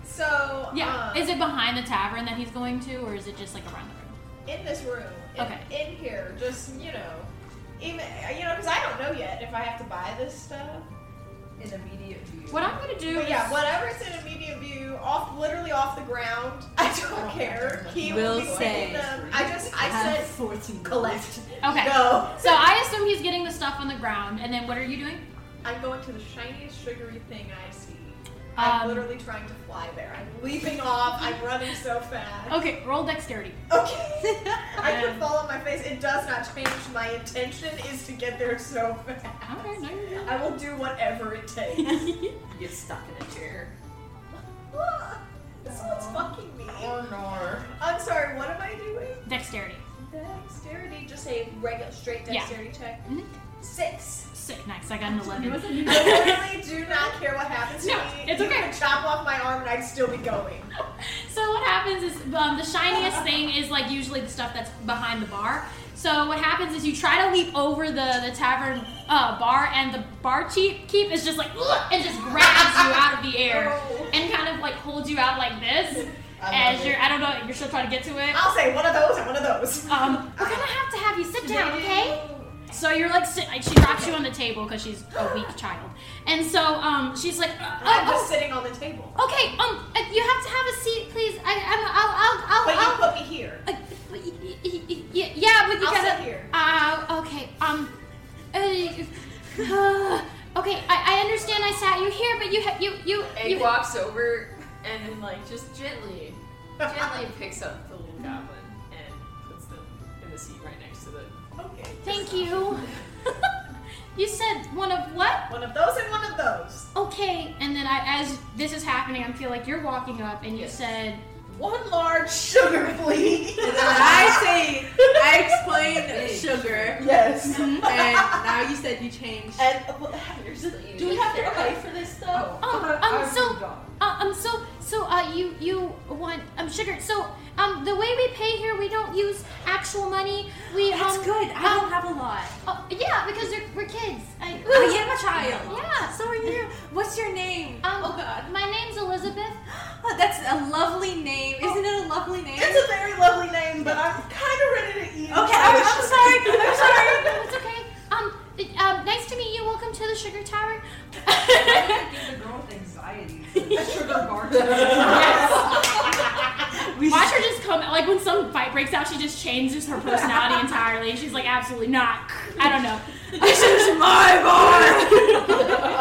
Speaker 4: So.
Speaker 2: Yeah.
Speaker 4: um,
Speaker 2: Is it behind the tavern that he's going to, or is it just like around the room?
Speaker 4: in this room. In,
Speaker 2: Okay.
Speaker 4: In here, just you know, even you know, because I don't know yet if I have to buy this stuff.
Speaker 8: In immediate view.
Speaker 2: What I'm gonna do?
Speaker 4: But yeah,
Speaker 2: is-
Speaker 4: whatever it's in immediate view, off literally off the ground. I don't care. He
Speaker 9: Will
Speaker 4: will be
Speaker 9: say,
Speaker 4: taking them. I just. I
Speaker 9: Have
Speaker 4: said.
Speaker 9: 14.
Speaker 4: Collect.
Speaker 2: Okay.
Speaker 4: Go.
Speaker 2: So I assume he's getting the stuff on the ground, and then what are you doing?
Speaker 4: I'm going to the shiniest sugary thing I see. I'm
Speaker 2: Um,
Speaker 4: literally trying to fly there. I'm leaping off. I'm running so fast.
Speaker 2: Okay, roll dexterity.
Speaker 4: Okay. I
Speaker 2: Um,
Speaker 4: put fall on my face. It does not change. My intention is to get there so fast.
Speaker 2: Okay, no, you're good.
Speaker 4: I will do whatever it takes.
Speaker 7: you get stuck in a chair.
Speaker 4: this
Speaker 2: Uh,
Speaker 4: one's fucking me.
Speaker 10: Or nor.
Speaker 4: I'm sorry. What am I doing?
Speaker 2: Dexterity.
Speaker 4: Dexterity. Just a regular straight
Speaker 2: Yeah.
Speaker 4: dexterity check.
Speaker 2: Mhm.
Speaker 4: Six.
Speaker 2: Sick. Nice. I got an eleven.
Speaker 4: I literally do not care what happens to
Speaker 2: No,
Speaker 4: me.
Speaker 2: it's
Speaker 4: you
Speaker 2: okay.
Speaker 4: could chop off my arm and I'd still be going.
Speaker 2: So what happens is um, the shiniest thing is like usually the stuff that's behind the bar. So what happens is you try to leap over the the tavern uh, bar, and the bar keep keep is just like "Ugh," and just grabs you out of the air and kind of like holds you out like this
Speaker 10: I
Speaker 2: as
Speaker 10: love
Speaker 2: you're. I don't know. You're still trying to get to it.
Speaker 4: I'll say one of those and one of those.
Speaker 2: Um, we're gonna have to have you sit down, okay? Oh, So you're like, sit, like, she drops you on the table because she's a weak child, and so um, she's like, uh,
Speaker 4: I'm
Speaker 2: oh,
Speaker 4: just sitting on the table.
Speaker 2: oh, okay, um, uh, you have to have a seat, please. I, I'm, I'll,
Speaker 4: But
Speaker 2: I'll, I'll,
Speaker 4: you
Speaker 2: I'll
Speaker 4: put me here.
Speaker 2: uh, y- y- y- y- y- yeah, but you
Speaker 4: I'll
Speaker 2: gotta.
Speaker 4: sit here.
Speaker 2: Uh, okay. Um. Uh, okay, I, I understand. I sat you here, but you ha- you you
Speaker 7: Egg
Speaker 2: you.
Speaker 7: walks over and then like just gently, gently picks up the little goblin and puts them in the seat right next to the.
Speaker 4: Okay.
Speaker 2: Thank you. you said one of what?
Speaker 4: One of those and one of those.
Speaker 2: Okay, and then I, as this is happening, I feel like you're walking up, and you said,
Speaker 4: One large sugar, please.
Speaker 9: I say, I explained sugar,
Speaker 4: yes.
Speaker 9: and now you said you changed.
Speaker 4: And uh, do we have to pay for this though?
Speaker 2: "Um, um, so, uh, um, so, so, uh, you you want um sugar? So, um, the way we pay here, we don't use actual money. We
Speaker 9: That's
Speaker 2: um,
Speaker 9: good. I
Speaker 2: um,
Speaker 9: don't have a lot.
Speaker 2: Oh, yeah, because they're, we're kids. I,
Speaker 9: I am a child.
Speaker 2: Yeah.
Speaker 9: So are you. What's your name?
Speaker 2: Um,
Speaker 9: oh God.
Speaker 2: My name's Elizabeth.
Speaker 9: Oh, that's a lovely name. Isn't it a lovely name?
Speaker 4: It's a very lovely name, but I'm kind of ready to eat.
Speaker 9: Okay, I'm, I'm sorry. I'm sorry.
Speaker 2: No, it's okay. Um, it- um, nice to meet you. Welcome to the Sugar Tower.
Speaker 8: I think it's a girl with anxiety. so a sugar bartender.
Speaker 2: Watch her just come. Like when some fight breaks out, she just changes her personality entirely. She's like, absolutely not. I don't know.
Speaker 9: This is my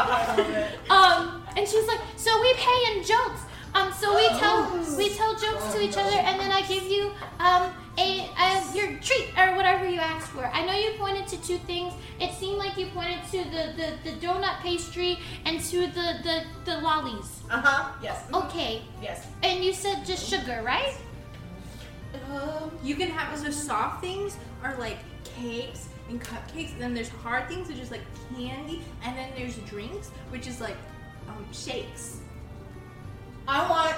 Speaker 9: bar.
Speaker 2: Um, and she's like, so we pay in jokes. Um, so we tell we tell jokes to each other, and then I give you um a, a your treat or whatever you asked for. I know you pointed to two things. It seemed like you pointed to the the, the donut pastry and to the the the lollies.
Speaker 4: Uh huh. Yes.
Speaker 2: Okay,
Speaker 4: Yes.
Speaker 2: and you said just sugar, right?
Speaker 9: You can have so soft things are like cakes and cupcakes, and then there's hard things which is like candy, and then there's drinks which is like um, shakes.
Speaker 10: I want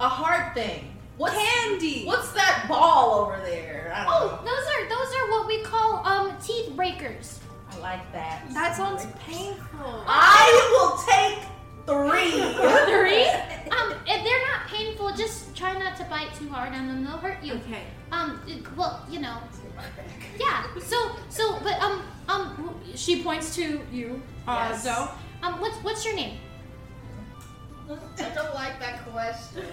Speaker 10: a hard thing. What's,
Speaker 9: Candy.
Speaker 10: What's that ball over there? I don't
Speaker 2: Oh, those are those are what we call um teeth breakers.
Speaker 10: know. I like that.
Speaker 9: That sounds painful.
Speaker 4: I will take three.
Speaker 2: Three? Um, if they're not painful, just try not to bite too hard on them. They'll hurt you.
Speaker 9: Okay.
Speaker 2: Um, it- well, you know. Yeah. So so but um um she points to you. Uh,
Speaker 10: Yes.
Speaker 2: Zoe. Um, what's what's your name?
Speaker 10: I don't like that question.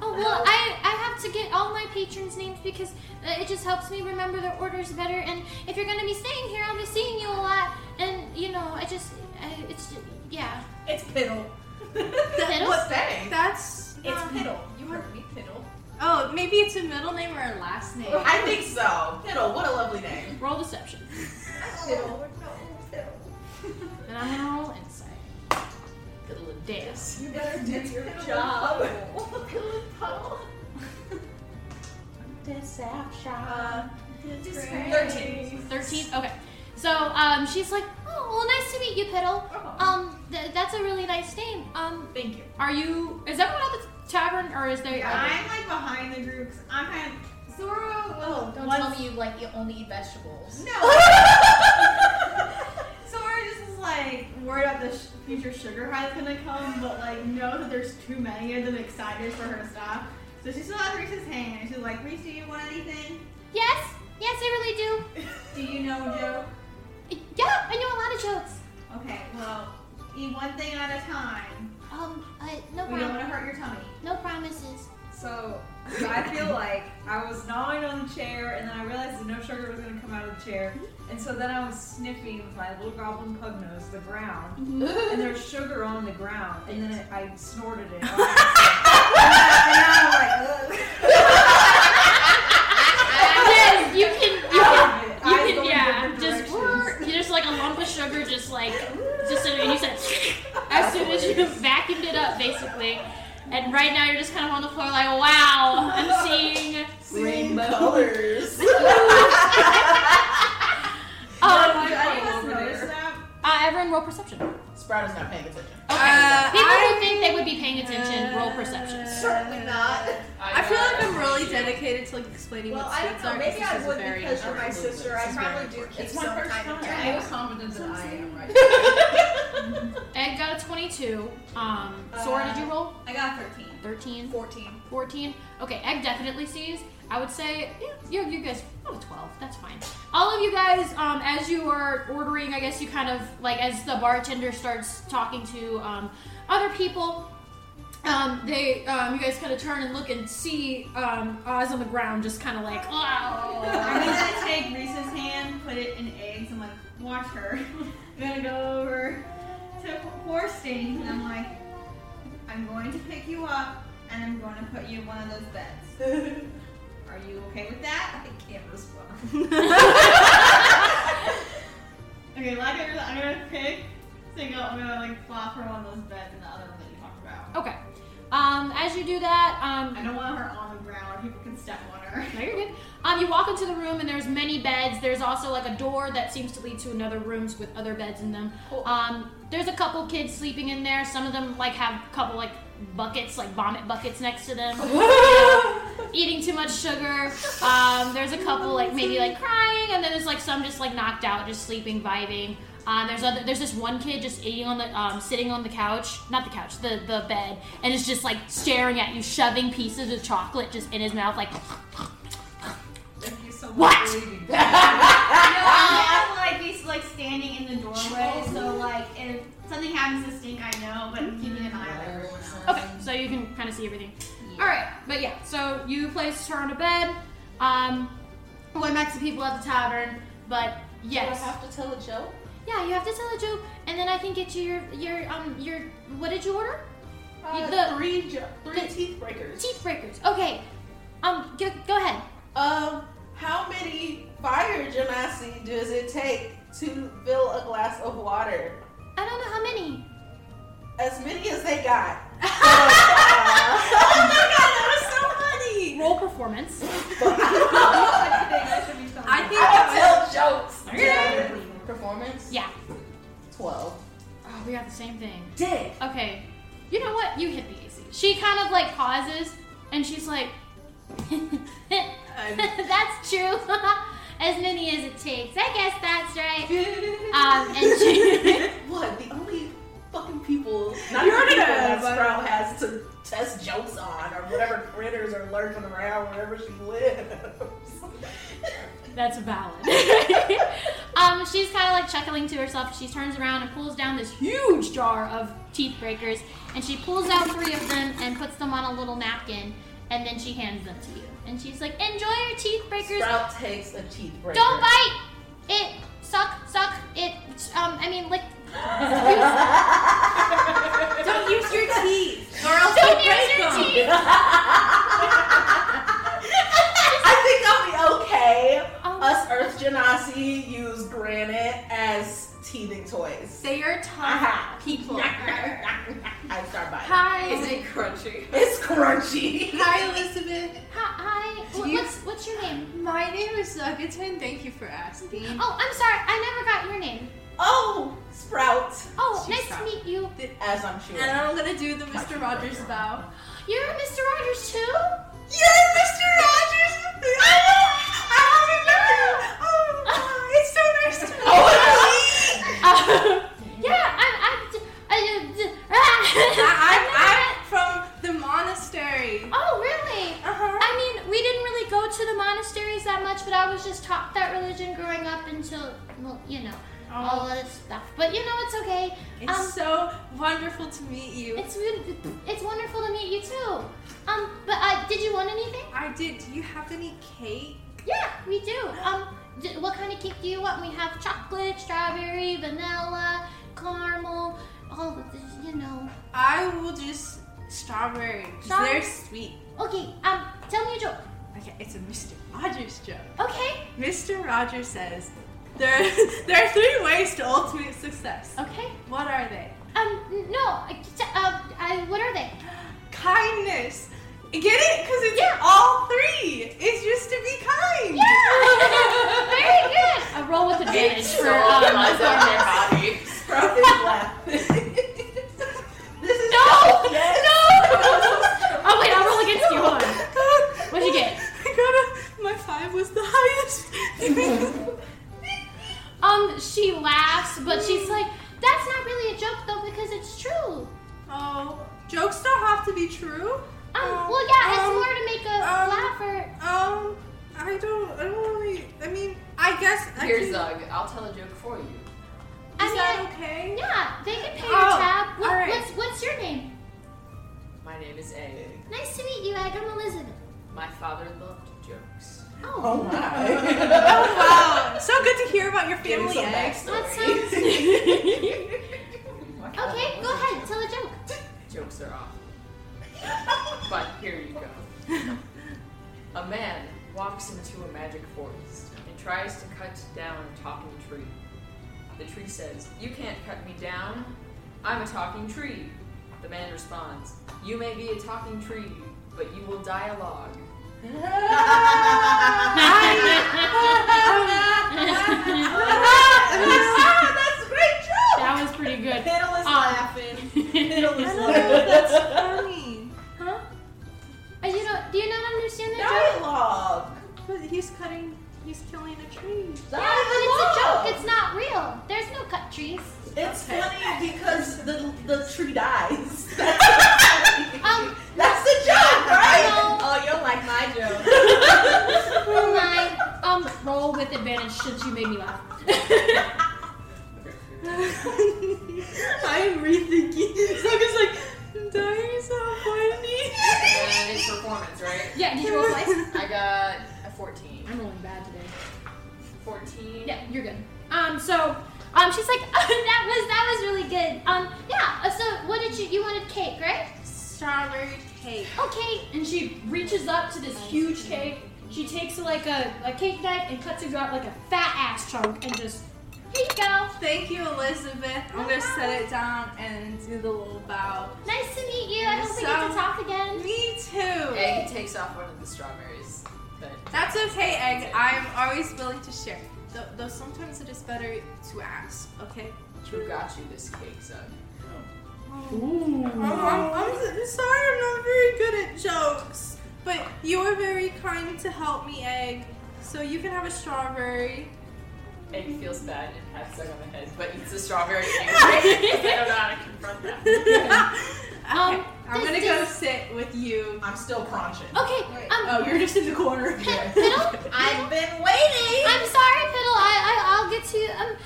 Speaker 2: Oh well, I I have to get all my patrons' names because uh, it just helps me remember their orders better. And if you're gonna be staying here, I'll be seeing you a lot. And you know, I just I, it's yeah.
Speaker 4: it's piddle.
Speaker 2: Piddles?
Speaker 10: What's that?
Speaker 9: That's
Speaker 4: It's
Speaker 9: um,
Speaker 4: piddle.
Speaker 7: You heard me, Piddle.
Speaker 9: Oh, maybe it's a middle name or a last name.
Speaker 10: I think so. Piddle, what a lovely name.
Speaker 2: Roll deception.
Speaker 4: Piddle.
Speaker 2: And I'm gonna roll insight.
Speaker 7: Piddle and
Speaker 2: Damn.
Speaker 8: You better do your
Speaker 4: job. Thirteen.
Speaker 2: 13? Okay. So um, she's like, oh, well, nice to meet you, Piddle. Um, th- that's a really nice name. Um,
Speaker 4: Thank you.
Speaker 2: are you, is everyone at the tavern or is there?
Speaker 5: I'm like behind the group. 'cause I'm oh, kind of Zoro. Well,
Speaker 10: Oh, Don't
Speaker 5: one-
Speaker 10: tell me you like you only eat vegetables.
Speaker 5: No. Zoro just is like worried about the sh- future sugar high that's gonna come, but like knows that there's too many of them excited for her to stop. So she still has Reese's hand, and she's like, Reese, do you want anything?
Speaker 2: Yes, yes, I
Speaker 5: Do you know Joe?
Speaker 2: really do. Yeah, I know a lot of jokes.
Speaker 5: Okay, well, eat one thing at a time.
Speaker 2: Um, uh, no,
Speaker 5: We
Speaker 2: prom-
Speaker 5: don't want to hurt your tummy.
Speaker 2: no promises.
Speaker 8: So I feel like I was gnawing on the chair, and then I realized that no sugar was going to come out of the chair, and so then I was sniffing with my little goblin pug nose the ground,
Speaker 5: Mm-hmm.
Speaker 8: and there's sugar on the ground, and then it, I snorted it. and now I'm like,
Speaker 2: yes, you can, you can,
Speaker 8: ugh.
Speaker 2: you
Speaker 8: Eyes
Speaker 2: can,
Speaker 8: going
Speaker 2: yeah,
Speaker 8: different
Speaker 2: just,
Speaker 8: directions.
Speaker 2: you just like a lump of sugar, just like, just so, and you said, as soon as you vacuumed it up, basically. And right now you're just kind of on the floor like, wow, I'm seeing.
Speaker 10: Rainbow colors.
Speaker 2: Um,
Speaker 8: Did anyone else
Speaker 7: over
Speaker 8: notice
Speaker 7: there.
Speaker 8: that?
Speaker 2: Uh, everyone roll perception. Okay.
Speaker 10: Sprout is not paying attention.
Speaker 9: Uh,
Speaker 2: People who think they would be paying attention, roll perception.
Speaker 4: Certainly not.
Speaker 9: I feel like
Speaker 7: got-
Speaker 9: I'm really dedicated to like explaining
Speaker 4: Well,
Speaker 9: what
Speaker 4: I don't
Speaker 9: states
Speaker 4: know.
Speaker 9: are.
Speaker 4: Maybe
Speaker 9: this
Speaker 4: I
Speaker 9: is
Speaker 4: would
Speaker 9: very
Speaker 4: because you're my
Speaker 9: important.
Speaker 4: sister. I probably do keep
Speaker 10: It's my
Speaker 4: some
Speaker 10: first
Speaker 4: kind of
Speaker 10: time.
Speaker 4: track.
Speaker 7: confident that I am right.
Speaker 2: Uh, Ed got a 22. Um, Sora, did you roll?
Speaker 5: I got a 13.
Speaker 2: 13?
Speaker 11: 14.
Speaker 2: 14. Okay, Egg definitely sees. I would say you, you guys, oh, 12. That's fine. All of you guys, um, as you are ordering, I guess you kind of like as the bartender starts talking to um, other people. Um, they, um, you guys kind of turn and look and see um, Oz on the ground, just kind of like, oh.
Speaker 5: I'm gonna take Reese's hand, put it in eggs, and like watch her. I'm gonna go over to horse station, and I'm like, I'm going to pick you up, and I'm going to put you in one of those beds. Are you okay with that? I can't respond. okay, like I said, I'm gonna pick. So go, I'm gonna like flop her on those beds and the other one that you talked about.
Speaker 2: Okay. Um, as you do that, um,
Speaker 5: I don't want her on the ground where people can step on her.
Speaker 2: No, you're good. Um, you walk into the room and there's many beds. There's also like a door that seems to lead to another rooms with other beds in them. Um, there's a couple kids sleeping in there. Some of them like have a couple like buckets, like vomit buckets next to them, you know, eating too much sugar. Um, there's a couple like maybe like crying, and then there's like some just like knocked out, just sleeping, vibing. Um, there's other, there's this one kid just eating on the um, sitting on the couch, not the couch, the the bed, and is just like staring at you, shoving pieces of chocolate just in his mouth, like.
Speaker 12: Thank you so much
Speaker 2: What?
Speaker 12: for reading that.
Speaker 5: No, I'm Um, like he's like standing in the doorway, so like if something happens to Stink, I know, but I'm keeping an eye on everyone else.
Speaker 2: Okay, so you can kind of see everything. All right, but yeah, so you place her on a bed. Um, going back to people at the tavern, but yes,
Speaker 4: Do I have to tell a joke?
Speaker 2: yeah, you have to tell a joke, and then I can get you your your um your what did you order?
Speaker 5: Uh,
Speaker 2: You- the
Speaker 4: three jo- three
Speaker 2: the-
Speaker 4: teeth breakers.
Speaker 2: teeth breakers. Okay, um, go, go ahead.
Speaker 4: Um, how many fire genasi does it take to fill a glass of water?
Speaker 2: I don't know how many.
Speaker 4: As many as they got. oh my god, that was so funny!
Speaker 2: Roll performance.
Speaker 9: I think
Speaker 4: I don't tell jokes.
Speaker 2: Okay.
Speaker 4: Performance?
Speaker 2: Yeah.
Speaker 4: Twelve.
Speaker 2: Oh, we got the same thing.
Speaker 4: Dick.
Speaker 2: Okay, you know what? You hit the AC. She kind of like pauses, and she's like, "That's true. as many as it takes. I guess that's right." Um, and she,
Speaker 4: What? The only fucking people, not You're people that Sprout has to test jokes on, or whatever critters are lurking around wherever she lives.
Speaker 2: that's valid. um, she's kind of like chuckling to herself. She turns around and pulls down this huge jar of teeth breakers, and she pulls out three of them and puts them on a little napkin, and then she hands them to you. And she's like, "Enjoy your teeth breakers.
Speaker 4: Sprout takes a teeth breaker.
Speaker 2: Don't bite it. Suck, suck it. Um, I mean, like,
Speaker 9: don't use your teeth.
Speaker 2: don't use your teeth.
Speaker 4: I think I'll be okay.
Speaker 2: Um,
Speaker 9: Uh,
Speaker 4: Us Earth Genasi use granite as teething toys.
Speaker 9: They are tough
Speaker 4: Aha.
Speaker 9: people.
Speaker 4: I start biting.
Speaker 2: hi,
Speaker 7: Is it crunchy?
Speaker 4: It's crunchy.
Speaker 9: Hi, Elizabeth.
Speaker 2: hi. hi.
Speaker 9: you-
Speaker 2: What's what's your name?
Speaker 9: My name is Zuckerton. Thank you for asking.
Speaker 2: Oh, I'm sorry. I never got your name.
Speaker 4: Oh, Sprout.
Speaker 2: Oh,
Speaker 9: She's
Speaker 2: nice to
Speaker 9: sorry.
Speaker 2: meet you.
Speaker 4: As I'm sure.
Speaker 9: And I'm gonna do the Mr. Rogers bow.
Speaker 2: You're Mr. Rogers too.
Speaker 4: You're Mr. Rogers! I I haven't met you! Oh, it's so nice to meet you!
Speaker 2: Uh, yeah, I'm. I'm I, uh, d-
Speaker 9: I, I'm, I'm from the monastery.
Speaker 2: oh, really?
Speaker 9: Uh huh.
Speaker 2: I mean, we didn't really go to the monasteries that much, but I was just taught that religion growing up until, well, you know,
Speaker 9: Oh.
Speaker 2: all of this stuff. But you know, it's okay.
Speaker 9: It's
Speaker 2: um,
Speaker 9: so wonderful to meet you.
Speaker 2: It's it's wonderful to meet you too. Um, but uh, did you want anything?
Speaker 9: I did. Do you have any cake?
Speaker 2: Yeah, we do. Um, d- what kind of cake do you want? We have chocolate, strawberry, vanilla, caramel, all of this, you know.
Speaker 9: I will just strawberry. 'cause
Speaker 2: Strawberry?
Speaker 9: They're sweet.
Speaker 2: Okay. Um, tell me a joke.
Speaker 9: Okay, it's a Mr. Rogers joke.
Speaker 2: Okay.
Speaker 9: Mr. Rogers says there there are three ways to ultimate success.
Speaker 2: Okay.
Speaker 9: What are they?
Speaker 2: Um, n- no. I, t- uh, I, what are they?
Speaker 9: Kindness. Get it? Because it's all three. It's just to be kind.
Speaker 2: Yeah. Very good. A roll with advantage for um,
Speaker 7: body.
Speaker 4: Sprout is laughing. this is
Speaker 2: No!
Speaker 4: Yes. No!
Speaker 2: Oh wait, I'll roll against you. Hold on. What'd you get?
Speaker 9: I got a, my five was the highest.
Speaker 2: Um, she laughs, but she's like, That's not really a joke though, because it's true.
Speaker 9: Oh, jokes don't have to be true.
Speaker 2: Um,
Speaker 9: Um,
Speaker 2: well, yeah, it's
Speaker 9: um,
Speaker 2: more to make a
Speaker 9: um,
Speaker 2: laugh or.
Speaker 9: Um, I don't. I don't really. I mean, I guess. I
Speaker 7: Here,
Speaker 9: can,
Speaker 7: Zug, I'll tell a joke for you.
Speaker 2: I
Speaker 9: Is
Speaker 2: mean,
Speaker 9: that okay?
Speaker 2: Yeah, they can pay your
Speaker 9: Oh,
Speaker 2: tab. What,
Speaker 9: all right.
Speaker 2: What's what's your name?
Speaker 7: My name is Egg.
Speaker 2: Nice to meet you, Egg. I'm Elizabeth.
Speaker 7: My father loved jokes.
Speaker 2: Oh,
Speaker 10: Oh my.
Speaker 9: Wow, so good to hear about your
Speaker 10: Give me
Speaker 9: family
Speaker 10: some
Speaker 9: eggs.
Speaker 2: that
Speaker 10: backstory.
Speaker 2: sounds. okay, go ahead, tell a joke.
Speaker 7: Jokes are off. but here you go. A man walks into a magic forest and tries to cut down a talking tree. The tree says, You can't cut me down. I'm a talking tree. The man responds, You may be a talking tree, but you will die a log.
Speaker 4: That's great joke.
Speaker 1: That was pretty good.
Speaker 5: Piddle is
Speaker 2: Ah.
Speaker 5: laughing.
Speaker 9: I don't know. That's funny.
Speaker 2: Huh? Are Uh, you don't, do you not understand that joke?
Speaker 10: Dialogue.
Speaker 9: But he's cutting. He's killing a tree.
Speaker 2: Yeah, but it's a joke. It's not real. There's no cut trees.
Speaker 10: It's funny because the the tree dies. That's
Speaker 2: Um,
Speaker 10: the joke, right?
Speaker 2: no.
Speaker 8: Oh, you'll like my joke.
Speaker 2: Roll nine. Um, roll with advantage since you made me laugh.
Speaker 9: I'm rethinking. So it's like, dying is so funny.
Speaker 7: And it's performance, right?
Speaker 2: Yeah, did you roll twice?
Speaker 7: I got a 14.
Speaker 2: I'm rolling bad today.
Speaker 7: 14.
Speaker 2: Yeah, you're good. Um, so, um, she's like, that was that was really good. Um, yeah. uh, So, what did you you wanted cake, right?
Speaker 9: Strawberry cake.
Speaker 2: Okay. And she reaches up to this huge cake. She takes like a, a cake knife and cuts it out like a fat ass chunk and just here you go.
Speaker 9: Thank you, Elizabeth. I'm gonna set it down and do the little bow.
Speaker 2: Nice to meet you. I hope we get to
Speaker 9: So-
Speaker 2: talk again.
Speaker 9: Me too.
Speaker 7: Egg takes off one of the strawberries. But
Speaker 9: That's okay, Egg. I'm always willing to share. Though, though sometimes it is better to ask. Okay.
Speaker 7: who got you this cake, Zug?
Speaker 9: I'm, I'm- I'm s- sorry, I'm not very good at jokes, but you were very kind to help me, Egg. So you can have a strawberry.
Speaker 7: Egg feels bad and pats Zug on the head, but eats the strawberry anyway. 'cause I don't know how to confront that.
Speaker 2: Um,
Speaker 9: Okay, I'm
Speaker 2: this-
Speaker 9: gonna go
Speaker 2: this-
Speaker 9: sit with you.
Speaker 10: I'm still crunching.
Speaker 2: Okay. Um,
Speaker 10: Oh, you're just in the corner.
Speaker 2: Fiddle.
Speaker 4: I've been waiting.
Speaker 2: I'm sorry, Fiddle. I, I I'll get to um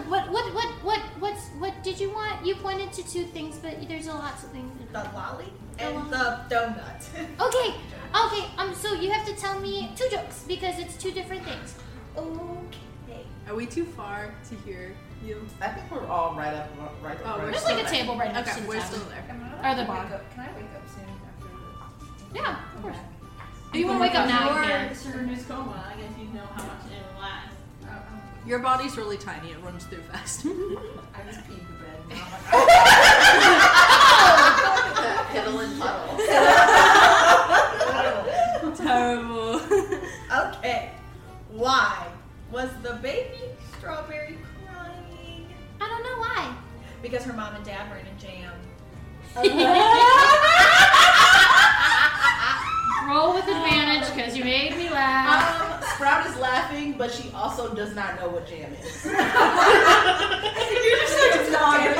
Speaker 2: um what what what what what's what did you want? You pointed to two things, but there's a lots of things.
Speaker 4: The lolly and the donut.
Speaker 2: Okay, okay. Um, so you have to tell me two jokes because it's two different things.
Speaker 4: Okay.
Speaker 9: Are we too far to hear you?
Speaker 10: I think we're all right up, right
Speaker 9: Oh,
Speaker 10: up.
Speaker 9: we're
Speaker 10: right
Speaker 2: There's
Speaker 10: up.
Speaker 2: like a table right next
Speaker 9: Okay,
Speaker 2: to the
Speaker 9: we're
Speaker 2: table.
Speaker 9: still there.
Speaker 1: Or the bar.
Speaker 8: Wake up- Can I wake up soon after this?
Speaker 2: Yeah, of course.
Speaker 8: Okay.
Speaker 1: You want to wake up now? You can.
Speaker 5: You're in his coma. I guess you know how much it'll last.
Speaker 8: Oh,
Speaker 9: Your body's really tiny, it runs through fast.
Speaker 8: I just peed the bed. Now I'm like,
Speaker 7: Piddle and puddle.
Speaker 9: Terrible.
Speaker 4: Okay. Why was the baby strawberry crying?
Speaker 2: I don't know why.
Speaker 4: Because her mom and dad were in a jam.
Speaker 1: Roll with advantage because you made me laugh.
Speaker 10: Um, Sprout is laughing, but she also does not know what jam is. You're just like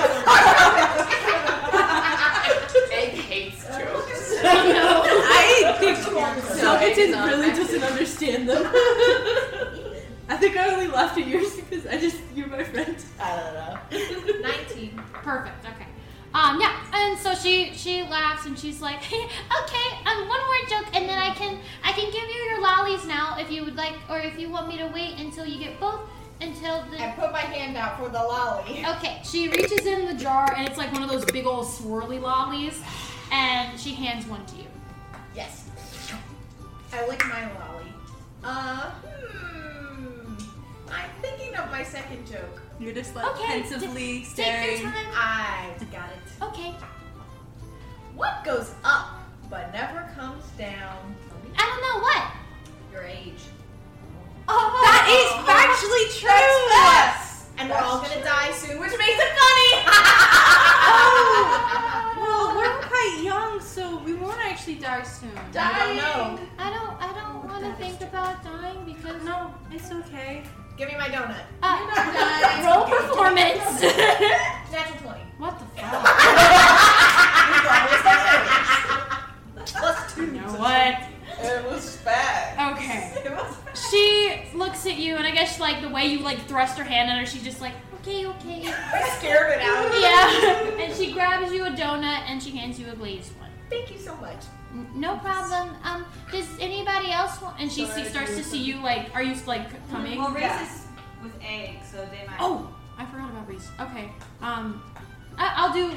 Speaker 7: Egg hates jokes.
Speaker 9: I think
Speaker 7: No, Egg is
Speaker 9: Selfieton
Speaker 7: not
Speaker 9: really
Speaker 7: affected.
Speaker 9: doesn't understand them. I think I only laughed at yours because I just, you're my friend.
Speaker 10: I don't know.
Speaker 4: 19.
Speaker 2: Perfect. Okay. Um, yeah, and so she she laughs and she's like, "Okay, um, one more joke, and then I can I can give you your lollies now if you would like, or if you want me to wait until you get both until
Speaker 4: I
Speaker 2: the."
Speaker 4: put my hand out for the lolly.
Speaker 2: Okay, she reaches in the jar and it's like one of those big old swirly lollies, and she hands one to you.
Speaker 4: Yes. I lick my lolly. Uh, hmm. I'm thinking of my second joke.
Speaker 9: You're just like
Speaker 2: Okay,
Speaker 9: pensively
Speaker 2: Take
Speaker 9: staring.
Speaker 2: your time.
Speaker 4: I got it.
Speaker 2: Okay,
Speaker 4: What goes up but never comes down?
Speaker 2: I don't know what.
Speaker 4: Your age.
Speaker 9: Oh, That is factually true.
Speaker 4: Yes! And we're all gonna die soon, which makes it funny!
Speaker 9: Well, we're quite young, so we won't actually die soon.
Speaker 4: I don't know.
Speaker 2: I don't I don't want to think about dying because
Speaker 9: No, it's okay.
Speaker 4: Give me my donut.
Speaker 2: uh,
Speaker 9: Not die.
Speaker 2: roll performance. thrust her hand at her. She's just like, okay, okay.
Speaker 4: Scared it out.
Speaker 2: yeah. And she grabs you a donut and she hands you a glazed one.
Speaker 4: Thank you so much.
Speaker 2: "N- No problem. Um, does anybody else want? And she see, starts to see you like, are you like coming?
Speaker 5: Well, Reese
Speaker 8: Yeah.
Speaker 5: is with egg, so they might.
Speaker 2: Oh, I forgot about Reese. Okay. Um, I, I'll do.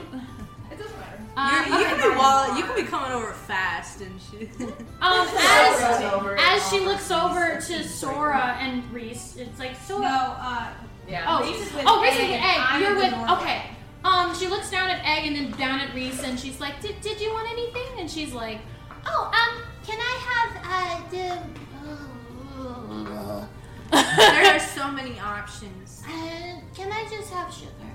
Speaker 8: It doesn't matter.
Speaker 2: Um,
Speaker 9: you, you
Speaker 2: okay.
Speaker 9: can be wall- you can be coming over fast and shit.
Speaker 2: Um,
Speaker 7: Runs
Speaker 2: as
Speaker 7: over
Speaker 2: as
Speaker 7: and
Speaker 2: she
Speaker 7: offers
Speaker 2: looks
Speaker 7: him
Speaker 2: over
Speaker 7: his
Speaker 2: to
Speaker 7: cookies
Speaker 2: Sora and Reese, it's like
Speaker 5: No,
Speaker 2: Sora.
Speaker 5: uh,
Speaker 7: Yeah.
Speaker 2: Oh,
Speaker 5: Reese is with
Speaker 2: oh, Reese
Speaker 5: egg
Speaker 2: is with
Speaker 5: and
Speaker 2: egg.
Speaker 5: I'm
Speaker 2: You're
Speaker 5: the
Speaker 2: with
Speaker 5: normal.
Speaker 2: okay. Um, she looks down at egg and then down at Reese, and she's like, "Did did you want anything?" And she's like, "Oh, um, can I have uh the."
Speaker 9: there are so many options.
Speaker 2: Uh, can I just have sugar?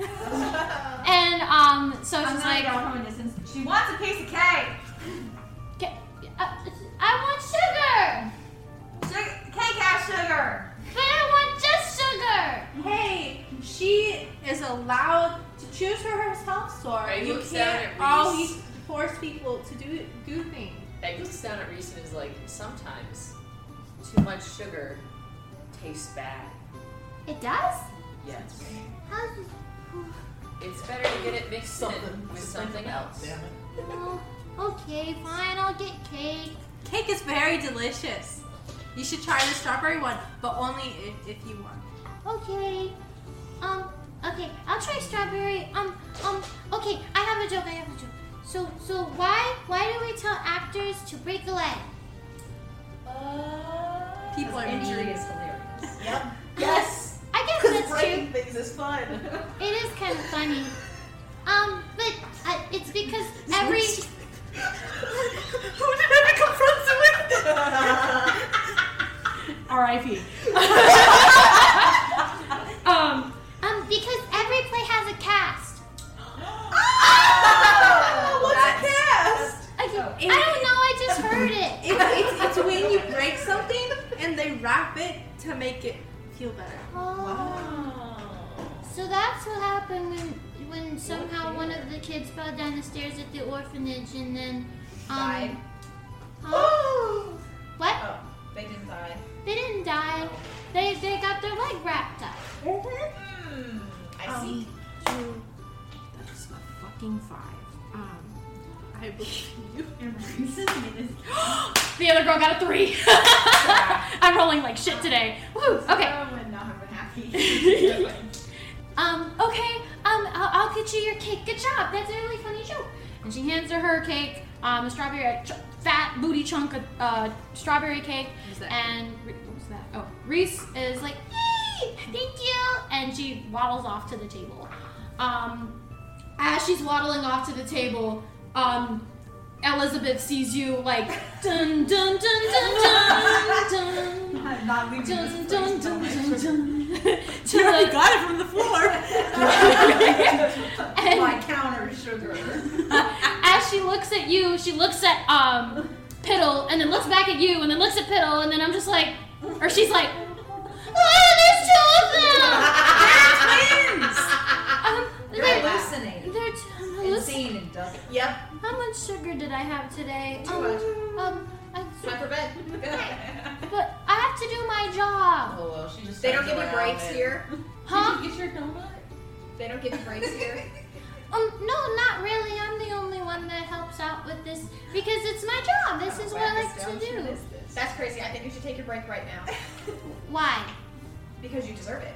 Speaker 2: and um, so
Speaker 5: I'm
Speaker 2: she's
Speaker 5: gonna
Speaker 2: like,
Speaker 5: yell from a distance. She wants a piece of cake.
Speaker 2: "Ca- uh, I want sugar,
Speaker 5: Sugar, cake has sugar.
Speaker 2: but I want just sugar.
Speaker 9: Hey, she is allowed to choose for herself, Sora.
Speaker 7: Right,
Speaker 9: you
Speaker 7: looks down at
Speaker 9: can't
Speaker 7: Reese.
Speaker 9: always force people to do do things.
Speaker 7: Egg looks down at Reese and is like, sometimes too much sugar tastes bad.
Speaker 2: It does?
Speaker 7: Yes.
Speaker 2: How's
Speaker 7: It's better to get it mixed in
Speaker 10: Something.
Speaker 7: with something else.
Speaker 10: Damn it.
Speaker 2: Oh, okay, fine. I'll get cake.
Speaker 9: Cake is very delicious. You should try the strawberry one, but only if, if you want.
Speaker 2: Okay. Um. Okay. I'll try strawberry. Um. Um. Okay. I have a joke. I have a joke. So. So why? Why do we tell actors to break a leg?
Speaker 9: People are
Speaker 3: Injury
Speaker 9: mean.
Speaker 3: is hilarious.
Speaker 10: Yep. Yes.
Speaker 2: I guess
Speaker 10: Because
Speaker 2: that's true.
Speaker 10: breaking things is fun.
Speaker 2: It is kind of funny. Um. But uh, it's because every.
Speaker 10: Who did I become friends with?
Speaker 2: R.I.P. um. Um. Because every play has a cast.
Speaker 4: What's
Speaker 9: That's-
Speaker 4: cast?
Speaker 2: I, I don't know. I just heard it.
Speaker 9: It's, it's, it's when you break something and they wrap it to make it feel better.
Speaker 2: So that's what happened when when somehow one of the kids fell down the stairs at the orphanage and then um
Speaker 8: Died.
Speaker 2: huh? what?
Speaker 8: Oh, they didn't die.
Speaker 2: They didn't die. They they got their leg wrapped up.
Speaker 4: Mm-hmm. I see.
Speaker 1: That's a fucking five. Um, I believe you.
Speaker 5: And Reese is with his
Speaker 2: The other girl got a three. I'm rolling like shit today. Woo! Okay.
Speaker 5: I would not have been happy.
Speaker 2: um, okay, um, I'll, I'll get you your cake. Good job. That's a really funny joke. And she hands her her cake, um, a strawberry, a ch- fat booty chunk of uh, strawberry cake. And Re- what was that? Oh, Reese is like, yay, thank you. And she waddles off to the table. Um, as she's waddling off to the table, um, Elizabeth sees you like, dun dun dun dun dun dun.
Speaker 5: I'm not leaving
Speaker 2: Dun,
Speaker 5: this
Speaker 2: dun,
Speaker 5: place.
Speaker 2: dun,
Speaker 5: till
Speaker 2: dun, dun. To
Speaker 9: You already
Speaker 2: the-
Speaker 9: got it from the floor.
Speaker 2: and
Speaker 5: My counter sugar.
Speaker 2: as she looks at you, she looks at um Piddle and then looks back at you and then looks at Piddle and then I'm just like or she's like Oh, there's two of them! They're twins! Um,
Speaker 8: hallucinating.
Speaker 2: they're, they're two
Speaker 8: Insane and double.
Speaker 4: Yep.
Speaker 2: How much sugar did I have today?
Speaker 4: Too
Speaker 2: um,
Speaker 4: much.
Speaker 2: um, I,
Speaker 4: Time for bed.
Speaker 2: but I have to do my job.
Speaker 7: Oh well, she just
Speaker 4: They don't
Speaker 7: starts
Speaker 4: give you
Speaker 7: going out
Speaker 4: breaks
Speaker 7: and-
Speaker 4: here.
Speaker 2: Huh?
Speaker 3: Get your donut.
Speaker 4: They don't give you breaks here.
Speaker 2: Um, no, not really. I'm the only one that helps out with this because it's my job. This is what I like to do.
Speaker 4: That's crazy. I think you should take your break right now
Speaker 2: Why?
Speaker 4: because you deserve it.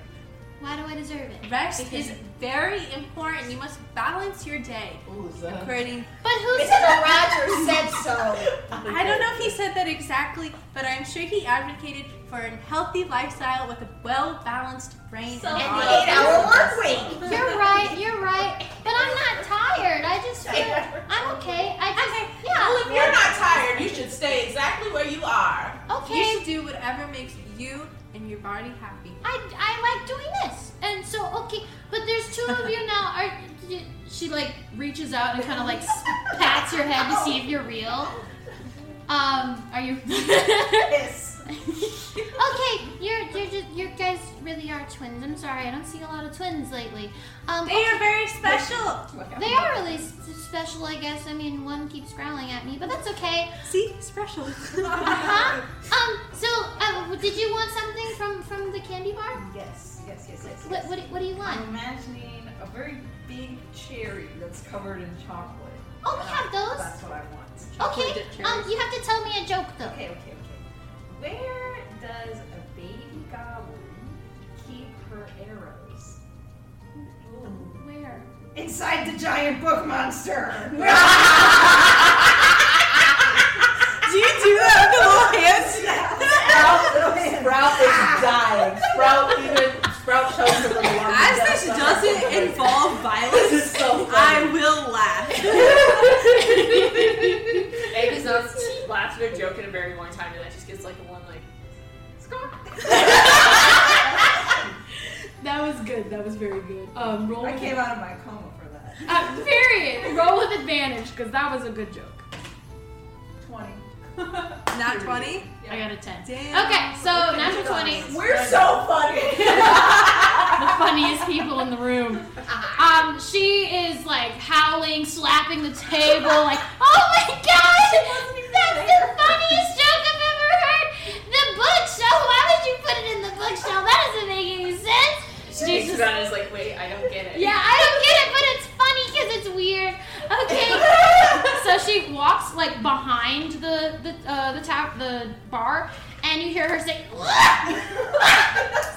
Speaker 2: Why do I deserve it?
Speaker 9: Rest is very important. You must balance your day.
Speaker 10: Ooh, is that?
Speaker 9: Creating.
Speaker 2: But who
Speaker 4: Mr.
Speaker 2: said
Speaker 4: Rogers said so.
Speaker 9: I don't know if he said that exactly, but I'm sure he advocated for a healthy lifestyle with a well balanced brain.
Speaker 5: So-
Speaker 9: and
Speaker 4: And
Speaker 9: body.
Speaker 4: the eight-hour work week.
Speaker 2: You're right. You're right. But I'm not tired. I just feel I'm okay. I just
Speaker 10: Well,
Speaker 2: yeah.
Speaker 10: if you're not tired, you should stay exactly where you are.
Speaker 9: You
Speaker 2: Okay.
Speaker 9: should do whatever makes you and your body happy.
Speaker 2: I, I like doing this. And so okay, but there's two of you now. Are y- she like reaches out and kind of like s- pats your head to see if you're real? Um, are you?
Speaker 4: Yes.
Speaker 2: okay, you're you're just you guys really are twins. I'm sorry, I don't see a lot of twins lately. Um,
Speaker 9: They are very special.
Speaker 2: They are really s- special, I guess. I mean, one keeps growling at me, but that's okay.
Speaker 9: See, special.
Speaker 2: um, Uh-huh. um, so, uh, w- did you want something from from the candy bar?
Speaker 5: Yes, yes, yes, yes.
Speaker 2: What, what, do- what do you
Speaker 5: I'm
Speaker 2: want?
Speaker 5: imagining a very big cherry that's covered in chocolate.
Speaker 2: Oh, we have those.
Speaker 5: That's what I want.
Speaker 2: Okay. Um, you have to tell me a joke though.
Speaker 5: Okay, okay, okay. Where does a baby goblin keep her arrows?
Speaker 2: Where?
Speaker 5: Inside the giant book monster.
Speaker 9: Do you do that with the little hands?
Speaker 4: Sprout is dying. Sprout even Sprout shows her the alarm.
Speaker 9: As this doesn't involve
Speaker 4: This
Speaker 9: violence,
Speaker 4: is so
Speaker 9: I
Speaker 4: funny.
Speaker 9: will laugh.
Speaker 7: Amy's not laughed at a joke in a very long time, and that just gets like a one like. Scott.
Speaker 2: That was good. That was very good. Um, roll.
Speaker 5: I
Speaker 2: with
Speaker 5: came out of my coma for that.
Speaker 2: Uh, period. Roll with advantage because that was a good joke.
Speaker 5: Twenty.
Speaker 9: Not 20?
Speaker 2: I got a ten.
Speaker 9: Damn.
Speaker 2: Okay, so natural twenty.
Speaker 4: We're so funny.
Speaker 2: the funniest people in the room. Um, she is like howling, slapping the table, like, oh my gosh, that's the funniest joke I've ever heard. The bookshelf, why would you put it in the bookshelf? That doesn't make any sense.
Speaker 7: She's
Speaker 2: She's just,
Speaker 7: about it, is like, wait, I don't get it.
Speaker 2: yeah, I don't get it, but it's funny because it's weird. Okay, so she walks like behind the the uh, the ta- the bar, and you hear her say. "Ah!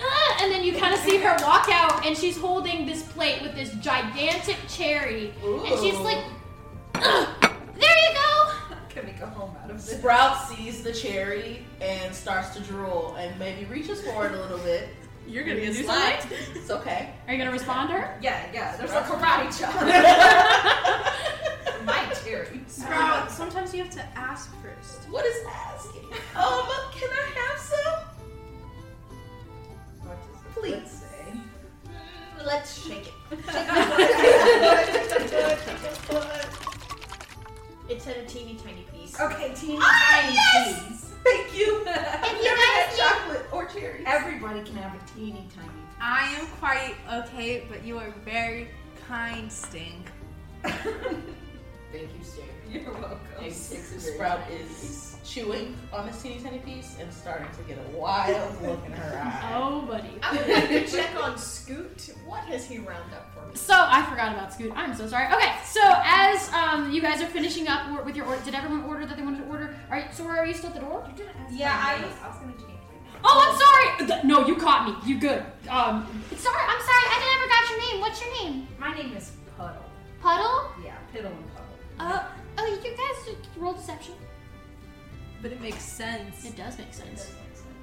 Speaker 2: Ah!" and then you kind of see her walk out, and she's holding this plate with this gigantic cherry, and she's like, "Ugh, "There you go."
Speaker 5: Can we go home out of this?
Speaker 4: Sprout sees the cherry and starts to drool and maybe reaches for it a little bit.
Speaker 7: You're gonna
Speaker 4: It's
Speaker 7: get
Speaker 4: fine.
Speaker 7: slapped.
Speaker 4: It's okay.
Speaker 2: Are you gonna respond to her?
Speaker 5: Yeah, yeah. There's a karate chop. my cherry.
Speaker 9: Sprout, sometimes you have to ask first.
Speaker 4: What is asking? Um, can I have some?
Speaker 5: What does the
Speaker 4: Please.
Speaker 5: foot say?
Speaker 13: Let's shake it.
Speaker 4: It's in a teeny tiny piece.
Speaker 5: Okay, teeny
Speaker 13: Ah,
Speaker 5: tiny please.
Speaker 4: Thank you.
Speaker 2: If you guys need,
Speaker 4: Chocolate or cherry.
Speaker 5: Everybody can have a teeny tiny.
Speaker 9: I am quite okay, but you are very kind, Sting.
Speaker 7: Thank you, Steve.
Speaker 5: You're welcome.
Speaker 4: Sprout is chewing on this teeny tiny piece and starting to get a wild look in her eye.
Speaker 2: oh buddy.
Speaker 13: I'm gonna have to check on Scoot. What has he round up for me?
Speaker 2: So I forgot about Scoot. I'm so sorry. Okay, so as um, you guys are finishing up or- with your order, did everyone order that they wanted to order? Are you, Sora, are you still at the door?
Speaker 5: Yeah, I was, I was gonna change my
Speaker 2: Oh, I'm sorry. Th- No, you caught me. You good? Um, sorry. I'm sorry. I never got your name. What's your name?
Speaker 5: name. My name is Puddle.
Speaker 2: Puddle.
Speaker 5: Yeah, Piddle and Puddle.
Speaker 2: Uh, oh, you guys just roll deception.
Speaker 9: But it makes sense.
Speaker 2: It does make sense.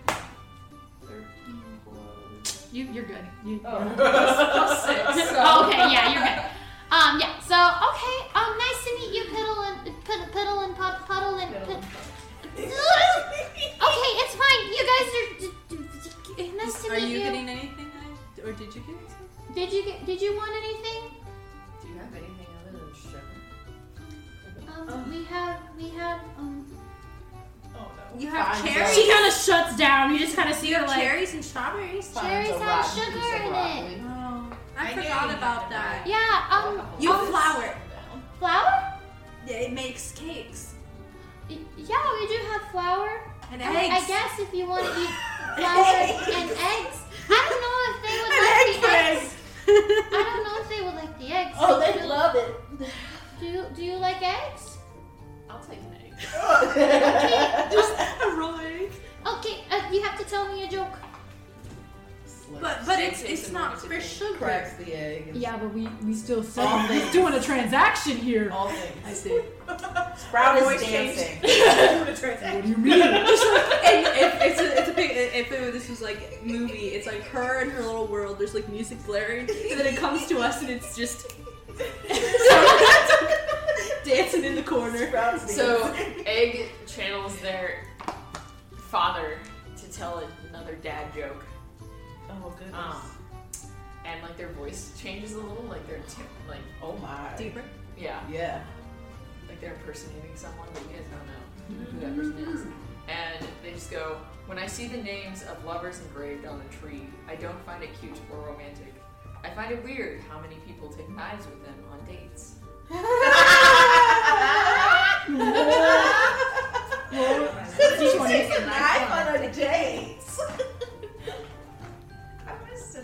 Speaker 5: Thirteen plus.
Speaker 2: You, you're good. You,
Speaker 5: Oh,
Speaker 2: Oh, okay, yeah, you're good. Um, yeah. So, okay. Um, nice to meet you, Piddle and Pud- Piddle and Pud- Puddle and.
Speaker 5: Piddle and
Speaker 2: Pud- okay, it's fine. You guys are. d- d- d- Nice to
Speaker 9: Are
Speaker 2: meet
Speaker 9: you
Speaker 2: you.
Speaker 9: getting anything, I- or did you get anything?
Speaker 2: Did you get, Did you want anything?
Speaker 7: Do you have anything other than sugar?
Speaker 2: Um, we have. We have. Um.
Speaker 4: Oh no.
Speaker 9: You have
Speaker 4: Fine,
Speaker 9: cherries.
Speaker 4: so-
Speaker 2: kind of shuts down. You just kind of see
Speaker 9: You have cherries and strawberries.
Speaker 4: fine,
Speaker 2: cherries
Speaker 4: so
Speaker 2: have
Speaker 4: rotten
Speaker 2: sugar
Speaker 4: piece of
Speaker 2: in it.
Speaker 4: broccoli.
Speaker 9: Oh,
Speaker 13: I
Speaker 9: I,
Speaker 13: knew
Speaker 9: forgot
Speaker 13: you
Speaker 9: about
Speaker 13: had
Speaker 9: that.
Speaker 2: Yeah. Um.
Speaker 9: You flour.
Speaker 2: Flour?
Speaker 9: Yeah, It makes cakes
Speaker 2: Y- Yeah, we do have flour.
Speaker 9: and
Speaker 2: I, mean,
Speaker 9: eggs.
Speaker 2: I guess if you want to eat flour and eggs. I don't know if they would like the eggs. I don't know if they would like the eggs.
Speaker 4: Oh,
Speaker 2: do,
Speaker 4: they
Speaker 2: you-
Speaker 4: love it.
Speaker 2: Do you, do you like eggs?
Speaker 7: I'll take an egg.
Speaker 4: Just
Speaker 9: Right.
Speaker 2: Okay, uh, you have to tell me a joke.
Speaker 9: But but it's
Speaker 7: Six is
Speaker 9: it's
Speaker 7: the
Speaker 9: not
Speaker 7: one
Speaker 9: for
Speaker 7: to
Speaker 9: sugar.
Speaker 4: cracks the egg. and
Speaker 2: Yeah, but we we still
Speaker 4: said Oh, he's thanks.
Speaker 2: doing a transaction here.
Speaker 4: All things.
Speaker 9: I see.
Speaker 4: Sprout is dancing.
Speaker 2: do you mean?
Speaker 9: And if it's a, it's a big if it, this was like movie, it's like her and her little world. There's like music blaring, and then it comes to us, and it's just dancing in the corner.
Speaker 4: Sprout's
Speaker 7: So
Speaker 4: dancing.
Speaker 7: Egg channels their father to tell another dad joke.
Speaker 4: Oh goodness.
Speaker 7: Um, and like their voice changes a little, like they're tim- like
Speaker 4: oh my.
Speaker 9: Deeper.
Speaker 7: yeah,
Speaker 4: Yeah.
Speaker 7: like they're impersonating someone, but you guys don't know who that person is. And they just go, when I see the names of lovers engraved on a tree, I don't find it cute or romantic. I find it weird how many people take knives with them on dates.
Speaker 4: Could you take a knife on a date? So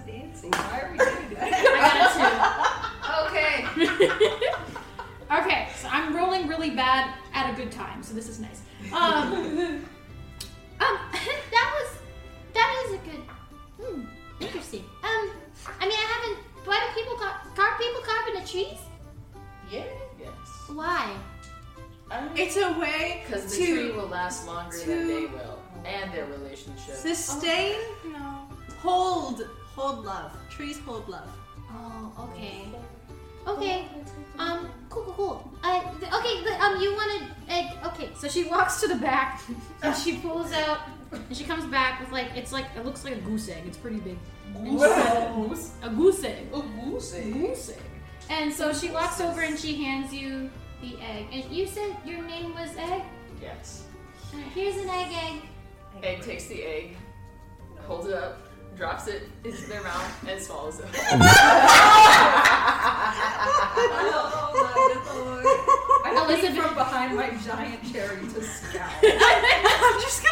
Speaker 14: Nancy, why are we doing that?
Speaker 1: I got a two.
Speaker 7: Okay.
Speaker 1: okay, so I'm rolling really bad at a good time, so this is nice. Um, um,
Speaker 2: Um, that was that is a good. Hmm, interesting. Um, I mean, I haven't. Why do people car- carve people carve into trees?
Speaker 15: Yeah. Yes.
Speaker 2: Why?
Speaker 9: It's a way
Speaker 7: Because the tree
Speaker 9: to
Speaker 7: will last longer
Speaker 9: two-
Speaker 7: than they will, and their relationship.
Speaker 9: sustain,
Speaker 2: No.
Speaker 9: hold, hold love. Trees hold love.
Speaker 2: Oh, okay. Okay. Um, cool, cool, cool. Uh, th- okay. th- Um, you wanna? Uh, okay.
Speaker 1: so she walks to the back and she pulls out and she comes back with like it's like it looks like a goose egg. It's pretty big. And she said- A goose egg.
Speaker 15: Oh, goose egg.
Speaker 1: Goose egg.
Speaker 2: And so she walks over and she hands you the egg. And you said your name was Egg?
Speaker 7: Yes.
Speaker 2: Here's an egg egg.
Speaker 7: Egg takes the egg, holds it up, drops it into their mouth, and swallows it.
Speaker 14: Oh my lord. I
Speaker 1: Elizabeth-
Speaker 14: Elizabeth from behind my giant cherry to scowl.
Speaker 9: I'm just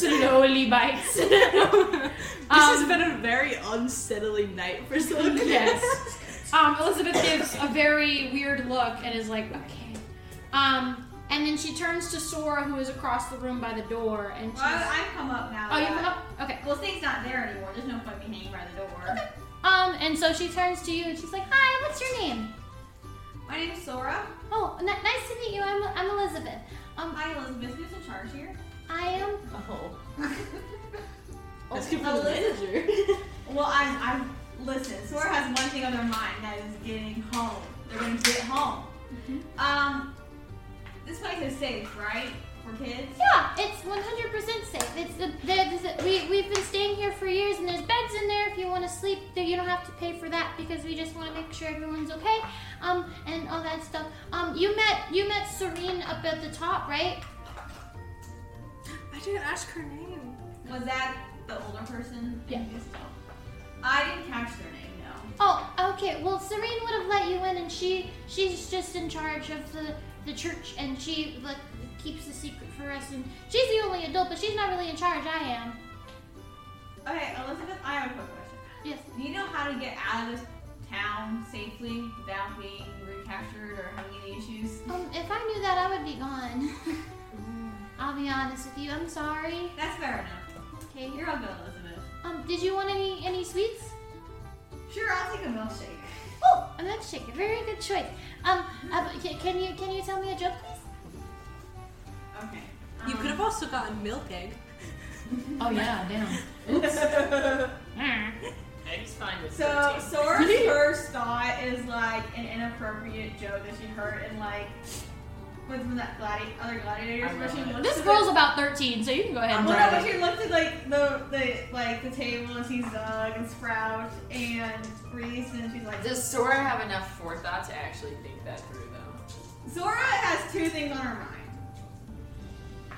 Speaker 9: gonna like.
Speaker 1: Slowly bites.
Speaker 9: This has been a very unsettling night for some kids.
Speaker 1: yes. Um, Elizabeth gives a very weird look and is like, okay. Um, and then she turns to Sora, who is across the room by the door, and she's.
Speaker 5: Well, I, I've come up now.
Speaker 1: oh, you
Speaker 5: yeah.
Speaker 1: come up? Okay.
Speaker 5: Well, Sting's not there anymore. There's no point me hanging by the door.
Speaker 2: Um, and so she turns to you and she's like, Hi, what's your name?
Speaker 5: My name's Sora.
Speaker 2: Oh, n- nice to meet you. I'm, I'm Elizabeth. Um,
Speaker 5: Hi, Elizabeth. Who's in charge here?
Speaker 2: I am.
Speaker 16: That's good for the manager.
Speaker 5: Well, I'm. I'm. Listen, Sora has one thing on their mind that is getting home. They're gonna get home.
Speaker 16: Mm-hmm.
Speaker 5: Um, this place is safe, right? For kids.
Speaker 2: Yeah, it's 100% safe. It's the, the, the, we, we've been staying here for years, and there's beds in there if you want to sleep. There, you don't have to pay for that because we just want to make sure everyone's okay, um, and all that stuff. Um, you met you met Serene up at the top, right?
Speaker 9: I didn't ask her name.
Speaker 5: Was that the older person?
Speaker 1: Yeah.
Speaker 5: I didn't catch their name. No.
Speaker 2: Oh, okay. Well, Serene would have let you in, and she she's just in charge of the the church, and she like keeps the secret for us. And she's the only adult, but she's not really in charge. I am.
Speaker 5: Okay, Elizabeth. I have a quick question.
Speaker 2: Yes.
Speaker 5: Do you know how to get out of this town safely without being recaptured or having any issues?
Speaker 2: Um, if I knew that, I would be gone.
Speaker 1: Mm.
Speaker 2: I'll be honest with you. I'm sorry.
Speaker 5: That's fair enough.
Speaker 2: Okay.
Speaker 5: You're all good, Elizabeth.
Speaker 2: Um, did you want any any sweets?
Speaker 5: Sure, I'll take a milkshake.
Speaker 2: Oh, a milkshake. A very good choice. Um, uh, but ca- can you can you tell me a joke, please?
Speaker 5: Okay.
Speaker 9: You
Speaker 5: Um,
Speaker 9: could have also gotten milk egg.
Speaker 1: Oh yeah, damn.
Speaker 7: Egg's fine with
Speaker 5: So
Speaker 7: protein.
Speaker 5: Sora's first thought is like an inappropriate joke that she heard in like with from that gladi- other gladiators
Speaker 7: I
Speaker 5: where she
Speaker 7: love it.
Speaker 5: looked
Speaker 1: This
Speaker 5: at
Speaker 1: girl's
Speaker 5: the,
Speaker 1: about 13, so you can go ahead.
Speaker 5: well,
Speaker 1: and
Speaker 5: no,
Speaker 1: try
Speaker 5: but
Speaker 1: it.
Speaker 5: she looked at like the, the like the table and sees Doug and Sprout and Reese and she's like
Speaker 7: Does Sora have enough forethought to actually think that through, though?
Speaker 5: Zora has two things on her mind: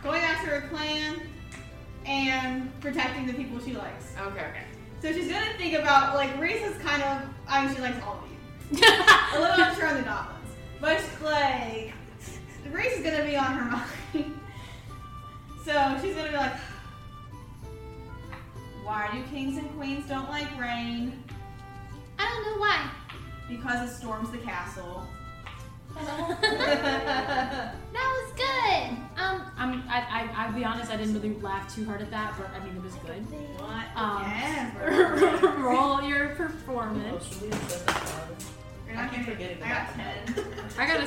Speaker 5: going after her clan and protecting the people she likes.
Speaker 7: Okay, okay.
Speaker 5: So she's gonna think about like Reese is kind of I mean she likes all of you. a little unsure on the goblins. But she's like Reese is gonna be on her mind. so she's gonna be like Why do kings and queens don't like rain?
Speaker 2: I don't know why.
Speaker 5: Because it storms the castle.
Speaker 2: That was good. Um,
Speaker 1: I'm, I, I, I'll be honest, I didn't really laugh too hard at that, but I mean, it was good.
Speaker 5: what?
Speaker 1: Um,
Speaker 5: Ever.
Speaker 1: Roll your performance.
Speaker 5: You're not gonna forget it. I got ten.
Speaker 1: I got a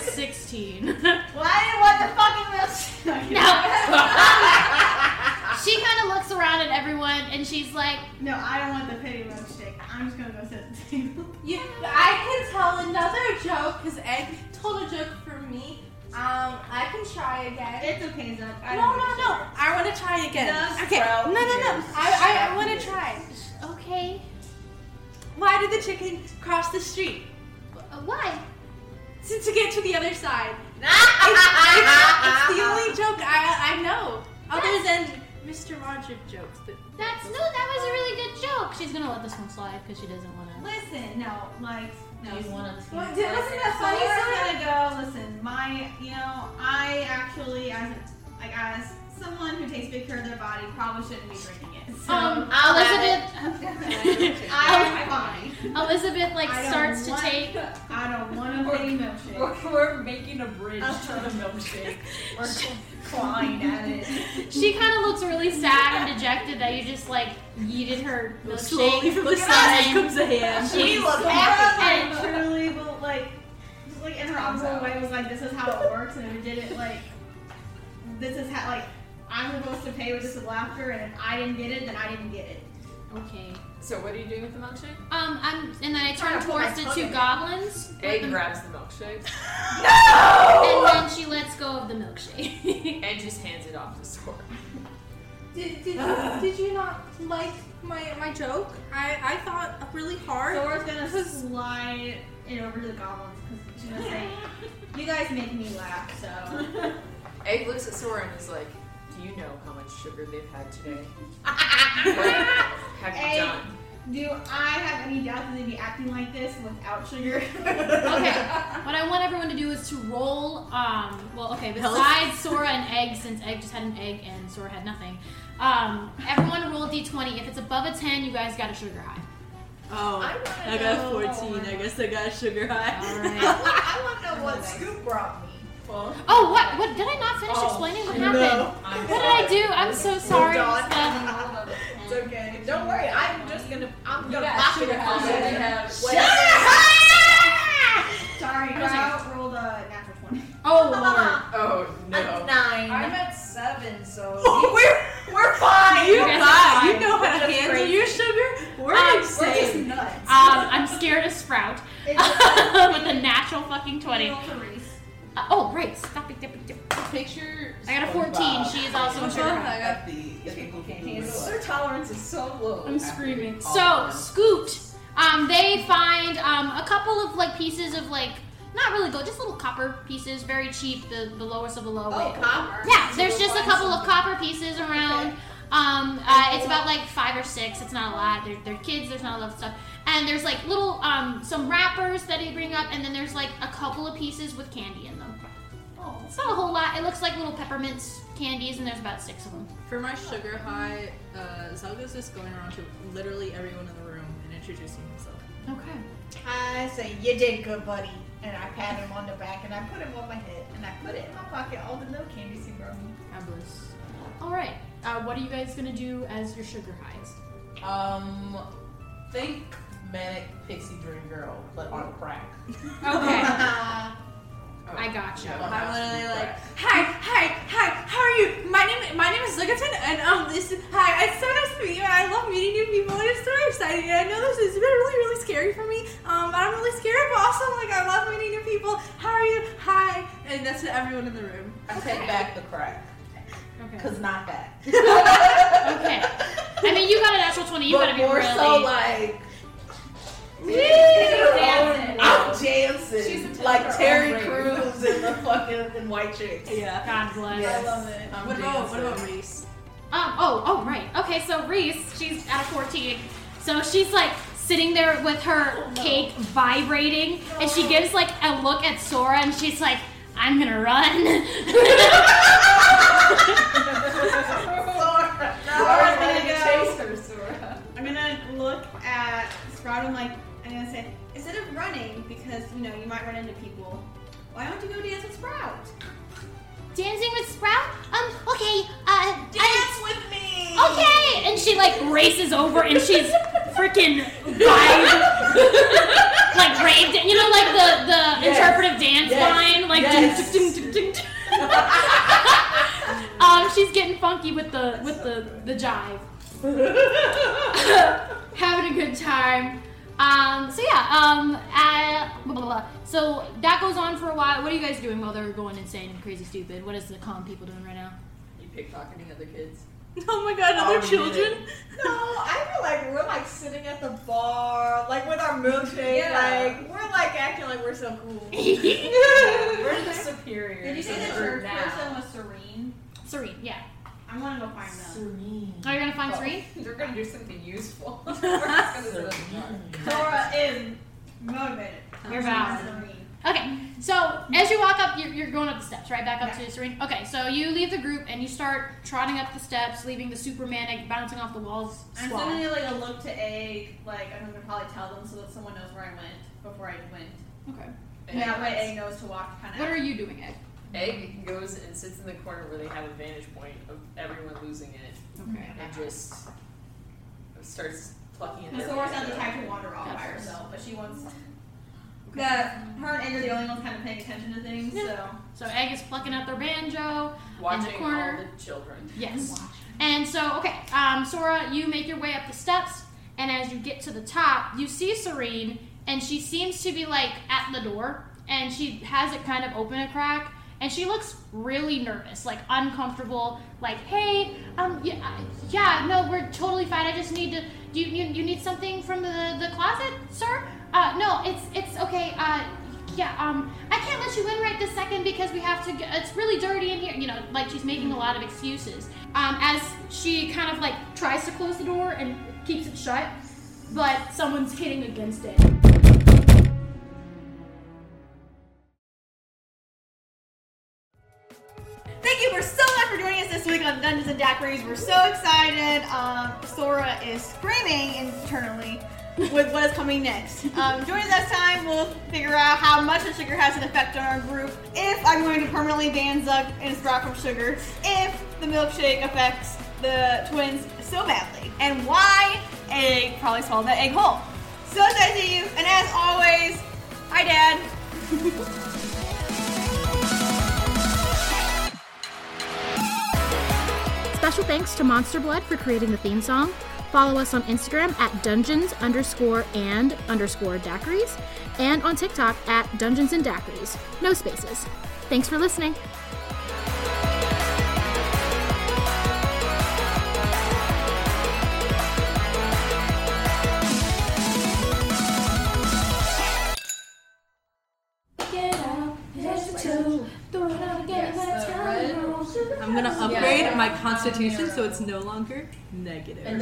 Speaker 1: 16.
Speaker 5: Well, I didn't want the fucking milk.
Speaker 2: she
Speaker 1: Ah.
Speaker 2: kind of looks around at everyone and she's like,
Speaker 5: No, I don't want the pity milkshake. I'm just gonna go sit at the table.
Speaker 9: You, I can tell another joke because Egg told a joke for me. Um, I can try again.
Speaker 5: It's okay, Zach.
Speaker 9: No, no, no. I want to try again.
Speaker 5: No,
Speaker 9: okay. No,
Speaker 5: sprout
Speaker 9: no, no.
Speaker 5: ears.
Speaker 9: I, I, I
Speaker 5: Sprout
Speaker 9: want to
Speaker 5: ears.
Speaker 9: try.
Speaker 2: okay,
Speaker 9: Why did the chicken cross the street?
Speaker 2: uh, why?
Speaker 9: To, to get to the other side. it's, it's the only joke I, I know. Other than Mr. Roger jokes. But
Speaker 2: That's no, that was a really good joke.
Speaker 1: She's gonna let this one slide because she doesn't want to.
Speaker 5: Listen, no, like, no.
Speaker 1: You want to.
Speaker 5: Well, dude, listen, that's funny. So I'm gonna go. Listen, my, you know, I actually, as like as someone who takes big care of their body probably shouldn't be drinking it. So
Speaker 2: Um,
Speaker 5: I'll
Speaker 2: Elizabeth.
Speaker 5: I'm fine.
Speaker 2: Elizabeth like
Speaker 5: I don't
Speaker 2: starts to
Speaker 5: want-
Speaker 2: take.
Speaker 5: I don't want a big milkshake. Uh-huh.
Speaker 17: We're, we're making a bridge to the milkshake. We're clawing at it.
Speaker 2: She kind of looks really sad and dejected that you just like yeeted her
Speaker 9: Slowly
Speaker 2: milkshake.
Speaker 9: from the
Speaker 2: Yes.
Speaker 9: side comes a hand.
Speaker 2: She
Speaker 5: So
Speaker 2: looks
Speaker 5: I
Speaker 2: happy.
Speaker 5: like, truly, but like, just like in her humble way, was like, this is how it works, and if it did it like, this is how like I'm supposed to pay with this with laughter, and if I didn't get it, then I didn't get it.
Speaker 2: Okay.
Speaker 7: So what are you doing with the milkshake?
Speaker 2: Um, I'm and then I turn
Speaker 5: Trying to put my
Speaker 2: towards the
Speaker 5: tongue
Speaker 2: two
Speaker 5: in.
Speaker 2: goblins. with
Speaker 7: A
Speaker 2: the-
Speaker 7: grabs the milkshake
Speaker 2: And then she lets go of the milkshake.
Speaker 7: and just hands it off to Sora.
Speaker 18: Did, did, you, did you not like my, my joke? I, I thought really hard.
Speaker 5: Sora's gonna slide it over to the goblins because she's gonna say, "You guys make me laugh, so."
Speaker 7: Egg looks at Sora and is like, "Do you know how much sugar they've had today? what have you
Speaker 5: Egg.
Speaker 7: done?"
Speaker 5: Do I have any doubt that they'd be acting like this without sugar?
Speaker 2: okay. What I want everyone to do is to roll. Um. Well, okay. Besides Sora and Egg, since Egg just had an egg and Sora had nothing. Um. Everyone roll d20. If it's above a 10, you guys got a sugar high.
Speaker 9: Oh,
Speaker 4: I
Speaker 9: I
Speaker 4: wanna
Speaker 9: got
Speaker 4: know-
Speaker 9: 14. I guess I got sugar
Speaker 2: All
Speaker 9: high.
Speaker 2: right.
Speaker 4: I want to know what Scoop brought me.
Speaker 7: Well,
Speaker 2: Oh, what? What did I not finish explaining what happened?
Speaker 7: I'm
Speaker 2: What did I do? I'm so sorry. Steph.
Speaker 4: It's okay. Don't worry. I'm just gonna. I'm gonna
Speaker 7: Yeah,
Speaker 4: pop it.
Speaker 7: sugar high. They have
Speaker 4: Sugar
Speaker 7: whatever.
Speaker 4: high!
Speaker 5: Sorry, Grout rolled a natural 20.
Speaker 2: Oh lord.
Speaker 7: Oh
Speaker 4: A
Speaker 7: no!
Speaker 4: nine.
Speaker 17: I'm at seven, so
Speaker 4: we're we're fine.
Speaker 9: You
Speaker 2: guys are
Speaker 9: got, you
Speaker 2: fine.
Speaker 9: know how to handle your sugar. We're
Speaker 2: Um,
Speaker 17: we're just
Speaker 9: insane.
Speaker 17: nuts.
Speaker 2: Um, I'm scared of Sprout with a natural fucking 20. Uh,
Speaker 5: Roll for Reese.
Speaker 2: oh, right. Stop it. Dip it, dip it.
Speaker 7: Picture.
Speaker 2: I got a 14. She is also a sugar high.
Speaker 19: At the, the people who do it.
Speaker 17: Their tolerance is so low.
Speaker 9: I'm screaming.
Speaker 2: So, Scooped, um, they find um, a couple of like pieces of like, not really gold, just little copper pieces, very cheap, the, the lowest of the low.
Speaker 4: Oh, copper.
Speaker 2: Yeah, there's just a couple of copper pieces around. Um, uh, it's about like five or six. It's not a lot. They're, they're kids. There's not a lot of stuff. And there's like little um, some wrappers that they bring up, and then there's like a couple of pieces with candy in them.
Speaker 19: Oh.
Speaker 2: It's not a whole lot. It looks like little peppermints candies, and there's about six of them.
Speaker 9: For my sugar high, uh, Zelda's just going around to literally everyone in the room and introducing himself.
Speaker 2: Okay.
Speaker 4: I say you did good, buddy. And I pat him on the back, and I put him on my head, and I put it in my pocket. All the little candies he brought me.
Speaker 9: Fabulous.
Speaker 2: All right. Uh, what are you guys gonna do as your sugar highs?
Speaker 19: Um, think manic pixie dream girl, but on crack.
Speaker 2: Okay. I
Speaker 7: Oh.
Speaker 19: Yeah.
Speaker 2: gotcha.
Speaker 19: I'm
Speaker 9: I'm literally
Speaker 19: literally
Speaker 9: like, hi, hi, hi, how are you? My name, my name is Ligaton, and um, this is hi. It's so nice to meet you. and I love meeting new people, and it's so exciting. And I know this has been really, really scary for me. Um, but I'm really scared, but also like I love meeting new people. How are you? Hi, and that's to everyone in the room.
Speaker 19: I take back the crack,
Speaker 2: Okay.
Speaker 19: cause not that.
Speaker 2: Okay. I mean, you got a natural twenty. You
Speaker 19: but
Speaker 2: gotta be
Speaker 19: more
Speaker 2: really.
Speaker 19: so like.
Speaker 2: dancing.
Speaker 19: I'm dancing
Speaker 17: She's a
Speaker 19: like
Speaker 17: temper
Speaker 19: Terry
Speaker 17: on
Speaker 19: Crews in the fucking in White Chicks.
Speaker 9: Yeah.
Speaker 2: God bless.
Speaker 19: Yes. I'm
Speaker 9: Um, What about what
Speaker 19: dancing.
Speaker 9: about Reese?
Speaker 2: Um, oh, oh, right. Okay, so Reese, she's at a 14. So she's like sitting there with her cake vibrating, and she gives like a look at Sora, and she's like, I'm gonna run.
Speaker 17: I'm
Speaker 5: gonna
Speaker 17: gonna
Speaker 5: go-
Speaker 17: chase her, Sora.
Speaker 5: I'm gonna look at Sprout. I'm like, I'm gonna say, instead of running, because you know you might run into people, why don't you go dance with Sprout?
Speaker 2: Dancing with Sprout? Um, okay, uh, I-
Speaker 4: Dance with me.
Speaker 2: okay! And she like races over, and she's freaking vibe. like raved, you know, like the, the
Speaker 19: Yes.
Speaker 2: interpretive dance
Speaker 19: Yes.
Speaker 2: line, like
Speaker 19: Yes.
Speaker 2: ding, ding, ding, ding, ding, ding. Um, she's getting funky with the with the the jive. having a good time. Um, so yeah, um, uh, blah, blah, blah. so that goes on for a while. What are you guys doing while they're going insane and crazy stupid? What is the calm people doing right now?
Speaker 7: You pickpocketing other kids.
Speaker 9: Oh my God, other
Speaker 19: Oh,
Speaker 9: children.
Speaker 4: No, I feel like we're like sitting at the bar, like with our milkshake,
Speaker 17: Yeah.
Speaker 4: like we're like acting like we're so cool.
Speaker 17: We're the superior.
Speaker 5: Did you say the third person was Serene?
Speaker 2: Serene, yeah.
Speaker 5: I want to go find them.
Speaker 2: Are you gonna find Serene?
Speaker 17: They're gonna do something useful. We're just gonna sit at the bar.
Speaker 5: Dora is motivated.
Speaker 2: You're
Speaker 5: I'm
Speaker 2: valid.
Speaker 5: Serene.
Speaker 2: Okay, so as you walk up, you're, you're going up the steps, right? Back up to Serene. Okay, so you leave the group and you start trotting up the steps, leaving the Supermanic bouncing off the walls.
Speaker 5: I'm
Speaker 2: squad.
Speaker 5: suddenly like a look to Egg, like I'm gonna probably tell them so that someone knows where I went before I went.
Speaker 2: Okay.
Speaker 5: And that way Egg knows to walk kind of.
Speaker 2: What are you doing, Ed?
Speaker 7: Egg goes and sits in the corner where they have a vantage point of everyone losing it,
Speaker 2: Okay.
Speaker 7: and just starts plucking at
Speaker 5: Because
Speaker 7: their
Speaker 5: Sora's
Speaker 7: hair.
Speaker 5: not the type to wander off by
Speaker 2: Gotcha.
Speaker 5: herself, but she wants. The, her and Egg are the only ones kind of paying attention to things,
Speaker 2: Yeah.
Speaker 5: so.
Speaker 2: So Egg is plucking out their banjo
Speaker 7: watching
Speaker 2: in the corner.
Speaker 7: all the children.
Speaker 2: Yes. And so, okay, um, Sora, you make your way up the steps, and as you get to the top, you see Serene, and she seems to be like at the door, and she has it kind of open a crack, and she looks really nervous, like uncomfortable, like, hey, um, yeah, I- yeah no, we're totally fine. I just need to. Do you, you, you need something from the, the closet, sir? Uh, no, it's it's okay. Uh, yeah, um, I can't let you in right this second because we have to. Go, it's really dirty in here. You know, like she's making a lot of excuses. Um, as she kind of like tries to close the door and keeps it shut, but someone's hitting against it.
Speaker 5: Thank you for so much for joining us this week on Dungeons and Daiquiris. We're so excited. Um, Sora is screaming internally with what is coming next. Um, join us next time. We'll figure out how much the sugar has an effect on our group. If I'm going to permanently ban Zuck and his rock from sugar. If the milkshake affects the twins so badly. And why egg probably swallowed that egg whole. So excited to see you. And as always, hi, Dad.
Speaker 1: Special thanks to Monster Blood for creating the theme song. Follow us on Instagram at dungeons underscore and underscore daiquiris and on TikTok at dungeons and daiquiris. No spaces. Thanks for listening.
Speaker 6: Get out, here's the two. Throw it out again, that's how it rolls.
Speaker 20: I'm gonna upgrade my constitution so it's no longer negative.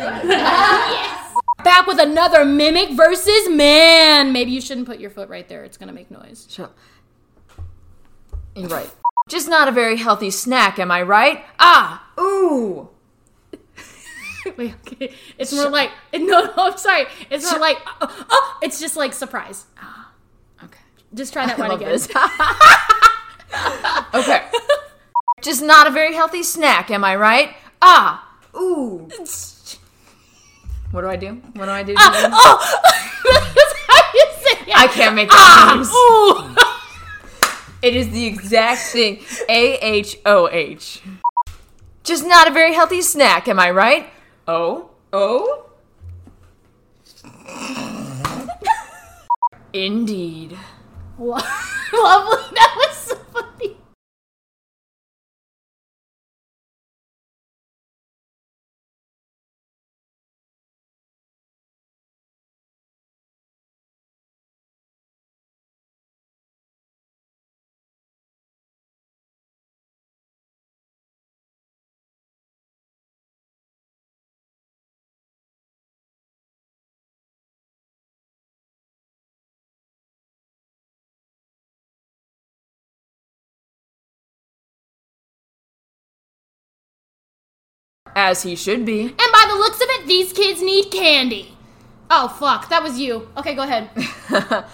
Speaker 1: Back with another mimic versus man. Maybe you shouldn't put your foot right there. It's going to make noise.
Speaker 21: Shut You're right. Just not a very healthy snack, am I right? Ah, ooh.
Speaker 1: Wait, okay. It's more like no, no. I'm sorry. It's not like oh, oh, oh, it's just like surprise. Okay, just try that
Speaker 21: I
Speaker 1: one
Speaker 21: love
Speaker 1: again.
Speaker 21: this. Okay. Just not a very healthy snack, am I right? Ah, ooh. What do I do? What do I do?
Speaker 6: oh,
Speaker 21: I can't make that ah, It is the exact thing. A H O H. Just not a very healthy snack, am I right? Oh, oh. Indeed.
Speaker 6: Lovely, that was so funny.
Speaker 21: As he should be.
Speaker 1: And by the looks of it, these kids need candy. Oh fuck, that was you. Okay, go ahead.